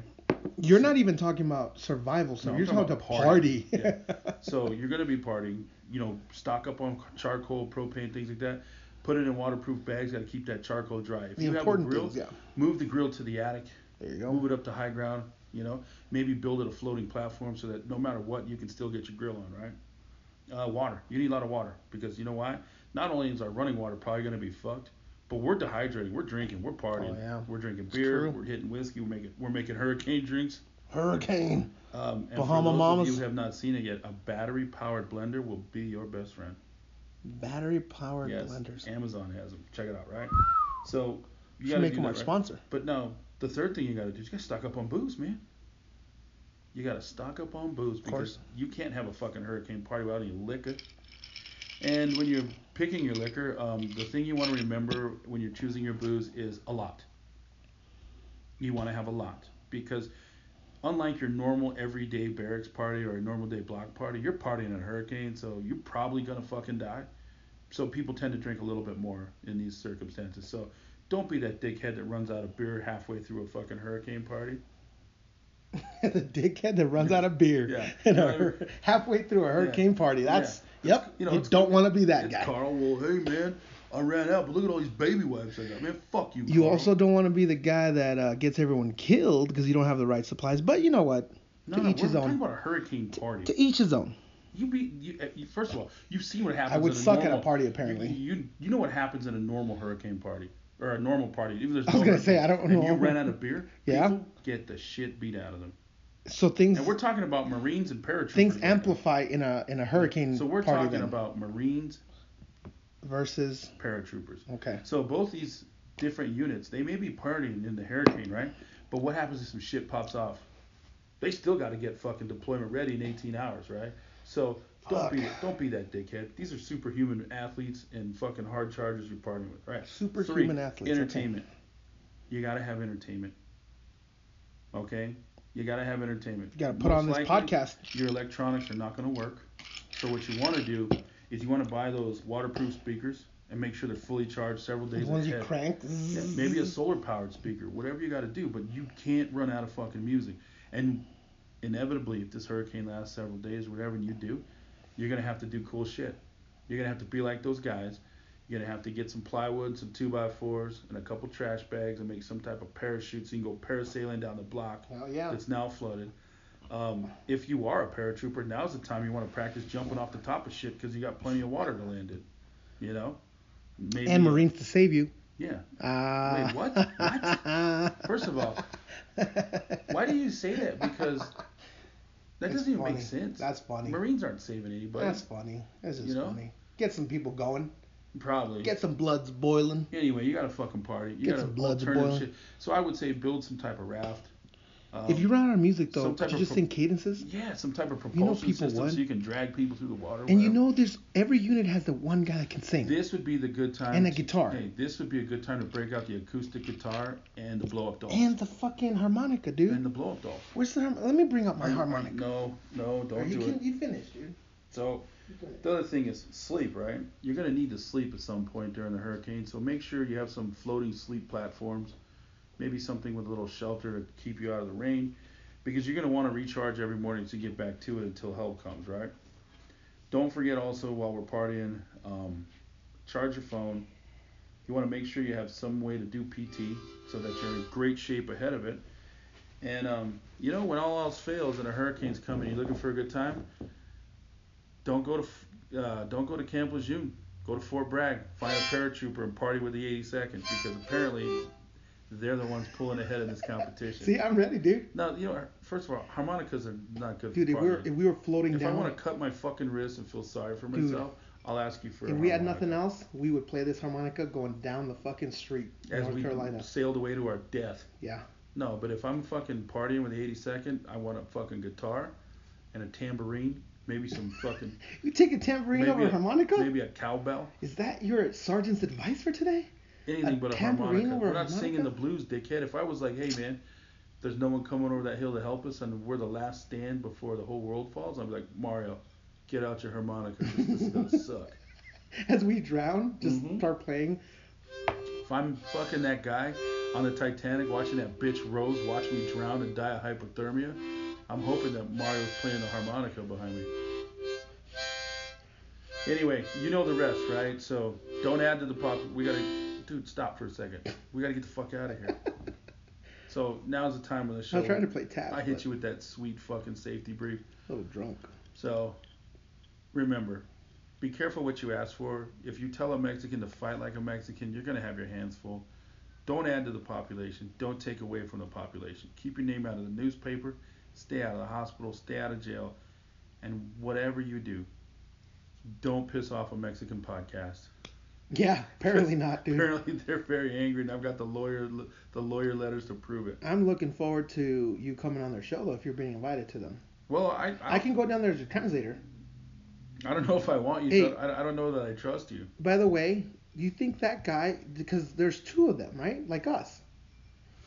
You're not even talking about survival, so No, I'm you're talking, about party. Yeah. so you're gonna be partying. You know, stock up on charcoal, propane, things like that. Put it in waterproof bags. Got to keep that charcoal dry. If The you important have a grill, things, yeah. move the grill to the attic. There you go. Move it up to high ground. You know, maybe build it a floating platform so that no matter what, you can still get your grill on, right? Uh, water. You need a lot of water because you know why? Not only is our running water probably gonna be fucked, but we're dehydrating. We're drinking. We're partying. Oh, yeah. We're drinking It's beer. true. We're hitting whiskey. We're making we're making hurricane drinks. Hurricane. Um, and Bahama for those Mamas? Of you who have not seen it yet, a battery powered blender will be your best friend. Battery powered Yes, blenders. Amazon has them. Check it out, right? So you Should gotta make do them that, our right? sponsor. But no, the third thing you gotta do is you gotta stock up on booze, man. You gotta stock up on booze because course. you can't have a fucking hurricane party without any liquor. And when you're picking your liquor, um, the thing you want to remember when you're choosing your booze is a lot. You want to have a lot because unlike your normal everyday barracks party or a normal day block party, you're partying at Hurricane, so you're probably gonna fucking die. So people tend to drink a little bit more in these circumstances. So don't be that dickhead that runs out of beer halfway through a fucking hurricane party. the dickhead that runs out of beer Yeah. in a hur- halfway through a hurricane party. That's yep. You You, know, it's- don't want to be that It's guy. Carl, well, hey man, I ran out, but look at all these baby wipes I got. Man, fuck you. You Carl. also don't want to be the guy that uh, gets everyone killed because you don't have the right supplies. But you know what? no, to no, each we're his own. talking about a hurricane party. To each his own. You be you, uh, you, first of all, you've seen what happens. I would at a suck at a normal- party, apparently. You, you you know what happens at a normal hurricane party or a normal party. Even if there's I was no gonna say, hurricane, I don't And know. you ran out of beer. Yeah. People get the shit beat out of them. So things And we're talking about Marines and paratroopers. things right now. amplify in a in a hurricane So we're party talking then about Marines, versus paratroopers. okay. So both these different units, they may be partying in the hurricane, right? But what happens if some shit pops off? They still got to get fucking deployment ready in 18 hours, right? So don't be don't be that dickhead. These are superhuman athletes and fucking hard chargers you're partying with, right? Superhuman Three, athletes, okay. Entertainment. You got to have entertainment. Okay. You got to have entertainment. You gotta put on this podcast. Your electronics are not going to work. So what you want to do is you want to buy those waterproof speakers and make sure they're fully charged several The days ones you ahead. crank. Yeah, maybe a solar powered speaker, whatever you got to do, but you can't run out of fucking music. And inevitably, if this hurricane lasts several days, whatever you do, you're gonna have to do cool shit. You're gonna have to be like those guys. You're gonna have to get some plywood, some two by fours, and a couple trash bags, and make some type of parachute so you can go parasailing down the block Hell yeah. that's now flooded. Um, if you are a paratrooper, now's the time you want to practice jumping off the top of shit because you got plenty of water to land in. You know. Maybe, And Marines to save you. Yeah. Uh, Wait, what? What? First of all, why do you say that? Because that It's doesn't even funny. make sense. That's funny. Marines aren't saving anybody. That's funny. That's just You know? funny. Get some people going. Probably. Get some bloods boiling. anyway, you got to fucking party. You Get got to some blood to alternative boil. shit. So I would say build some type of raft. Um, if you run out of music though, some type could you of just pro- sing cadences? yeah, some type of propulsion know people system would. so you can drag people through the water. And you whatever. know, there's every unit has the one guy that can sing. this would be the good time. And a to- guitar. Hey, this would be a good time to break out the acoustic guitar and the blow up doll. and the fucking harmonica, dude. And the blow up doll. Where's the harmonica? Let me bring up my harmonica. No, no, don't Are you, do can, it. you finished, dude. So the other thing is sleep, right? You're gonna need to sleep at some point during the hurricane, so make sure you have some floating sleep platforms, maybe something with a little shelter to keep you out of the rain, because you're gonna want to recharge every morning to get back to it until help comes, right? Don't forget also while we're partying, um, charge your phone. You want to make sure you have some way to do PT so that you're in great shape ahead of it. And um, you know when all else fails and a hurricane's coming, you're looking for a good time don't go to f- uh, don't go to Camp Lejeune. Go to Fort Bragg. Find a paratrooper and party with the 82nd because apparently they're the ones pulling ahead in this competition. See, I'm ready, dude. now you know. First of all, harmonicas are not good. for Dude, if we were partying. if we were floating If I down, want to cut my fucking wrist and feel sorry for Dude. myself, I'll ask you for. if a we had harmonica. nothing else, we would play this harmonica going down the fucking street, in as North we Carolina. sailed away to our death. Yeah. No, but if I'm fucking partying with the 82nd, I want a fucking guitar and a tambourine, maybe some fucking You take a tambourine maybe over a harmonica? maybe a cowbell. Is that your sergeant's advice for today? anything A but a tambourine harmonica. or We're a not singing harmonica? the blues, dickhead. If I was like, hey man, there's no one coming over that hill to help us, and we're the last stand before the whole world falls, I'd be like, Mario, get out your harmonica. This, this is gonna suck. As we drown, just Mhm. start playing. If I'm fucking that guy on the Titanic watching that bitch Rose watch me drown and die of hypothermia, I'm hoping that Mario's playing the harmonica behind me. Anyway, you know the rest, right? So don't add to the pop. We gotta, dude, stop for a second. We gotta get the fuck out of here. so now's the time of the show. I'm trying to play tabs. I hit but you with that sweet fucking safety brief. A little drunk. So remember, be careful what you ask for. If you tell a Mexican to fight like a Mexican, you're going to have your hands full. Don't add to the population. Don't take away from the population. Keep your name out of the newspaper. Stay out of the hospital. Stay out of jail. And whatever you do, don't piss off a Mexican podcast. Yeah, apparently not, dude. Apparently they're very angry, and I've got the lawyer the lawyer letters to prove it. I'm looking forward to you coming on their show though, if you're being invited to them. Well, I I, I can go down there as a translator. I don't know if I want you. Hey. to, I, I don't know that I trust you. By the way, do you think that guy? Because there's two of them, right? Like us.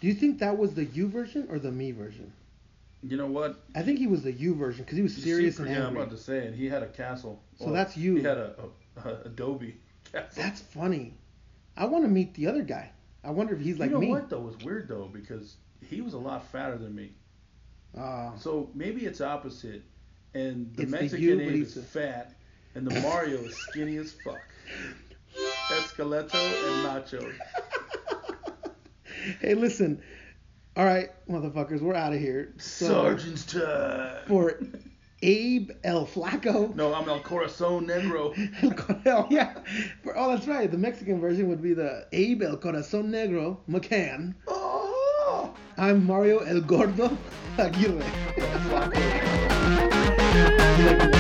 Do you think that was the you version or the me version? You know what? I think he was the U version because he was serious Super- and yeah, I'm angry. about to say it. He had a castle. So that's you. He had a, a, a Adobe castle. That's funny. I want to meet the other guy. I wonder if he's like you know me. what though was weird though because he was a lot fatter than me. Uh, So maybe it's opposite, and the It's the Mexican you, but Abe is he's a- fat, and the Mario is skinny as fuck. Esqueleto and Nacho. hey, listen. All right, motherfuckers, we're out of here. So, Sergeant's time. for Abe El Flaco. No, I'm El Corazon Negro. El Corazon- yeah. For, oh, that's right. The Mexican version would be the Abe El Corazon Negro McCann. Oh! I'm Mario El Gordo Aguirre.